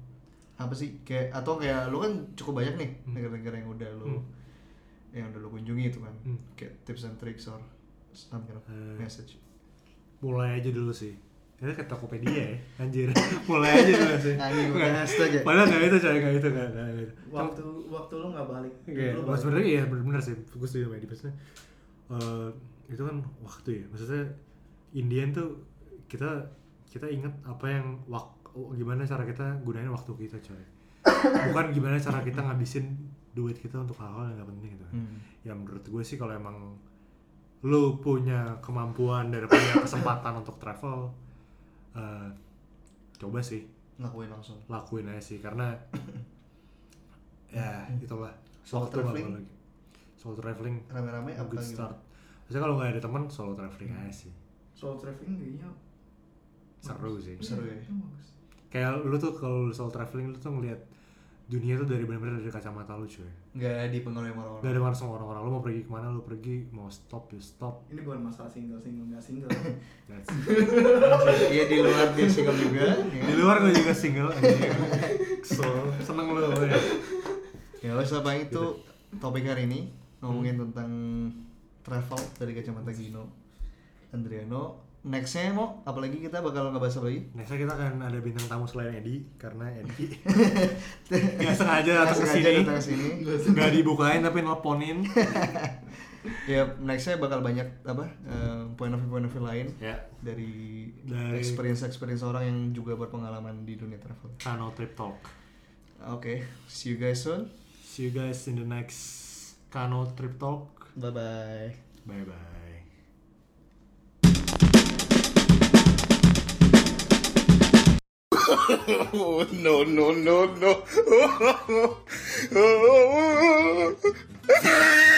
Apa sih kayak atau kayak lo kan cukup banyak nih negara-negara yang udah lo yang udah lo kunjungi itu kan.
Mhm.
Kayak tips and tricks or some kind of
Eh.
message.
Mulai aja dulu sih. Ini kayak Tokopedia ya, anjir. Mulai aja dulu sih.
Anjing, pakai
Nggak.
hashtag ya.
Padahal nggak itu, coy, nggak itu, nggak nggak gitu.
waktu waktu lu nggak balik
Oke,
lu
Mas sebenarnya iya benar-benar sih, gue setuju sama Edi. Maksudnya eh, itu kan waktu ya. Maksudnya Indian tuh kita kita ingat apa yang wak, gimana cara kita gunain waktu kita coy. Bukan gimana cara kita ngabisin duit kita untuk hal-hal yang gak penting gitu. kan.
Hmm.
Ya menurut gue sih kalau emang lu punya kemampuan dan punya kesempatan untuk travel eh, coba sih
ngakuin langsung
lakuin aja sih karena ya itulah
Solo
Waktu nggak
traveling?
boleh. solo traveling
rame-rame
a
apa gitu?
good
gimana?
start maksudnya kalau nggak ada teman solo traveling aja sih
Soul traveling kayaknya
seru sih
Seru ya?
Iya, itu bagus.
kayak lu tuh kalau lu solo traveling lu tuh ngeliat dunia tuh dari benar-benar dari kacamata lu cuy
nggak dipengaruhi sama orang-orang
Gak ada marah sama orang-orang, lu mau pergi kemana, lu pergi, mau stop, ya stop
Ini bukan masalah single single nggak single.
That's
iya di luar dia single juga ya.
Di luar gue juga single, anjing Kesel, seneng lu ya
Ya wes apa itu
Gitu.
topik hari ini ngomongin
Hmm.
tentang travel dari kacamata Gino Andriano. Nextnya mau apalagi kita bakal ngebahas apa lagi?
Nextnya kita akan ada bintang tamu selain Edi, karena Edi Gak sengaja datang ke
Nggak sengaja
sini
datang ke sini.
Gak dibukain tapi nelponin
Ya nextnya bakal banyak apa eh, point of view point of view lain
Ya
dari,
Dari-
experience experience orang yang juga berpengalaman di dunia travel.
Kano Trip Talk
Oke, see you guys soon.
See you guys in the next Kano Trip Talk
Bye bye.
Bye-bye
Oh, no, no, no, no.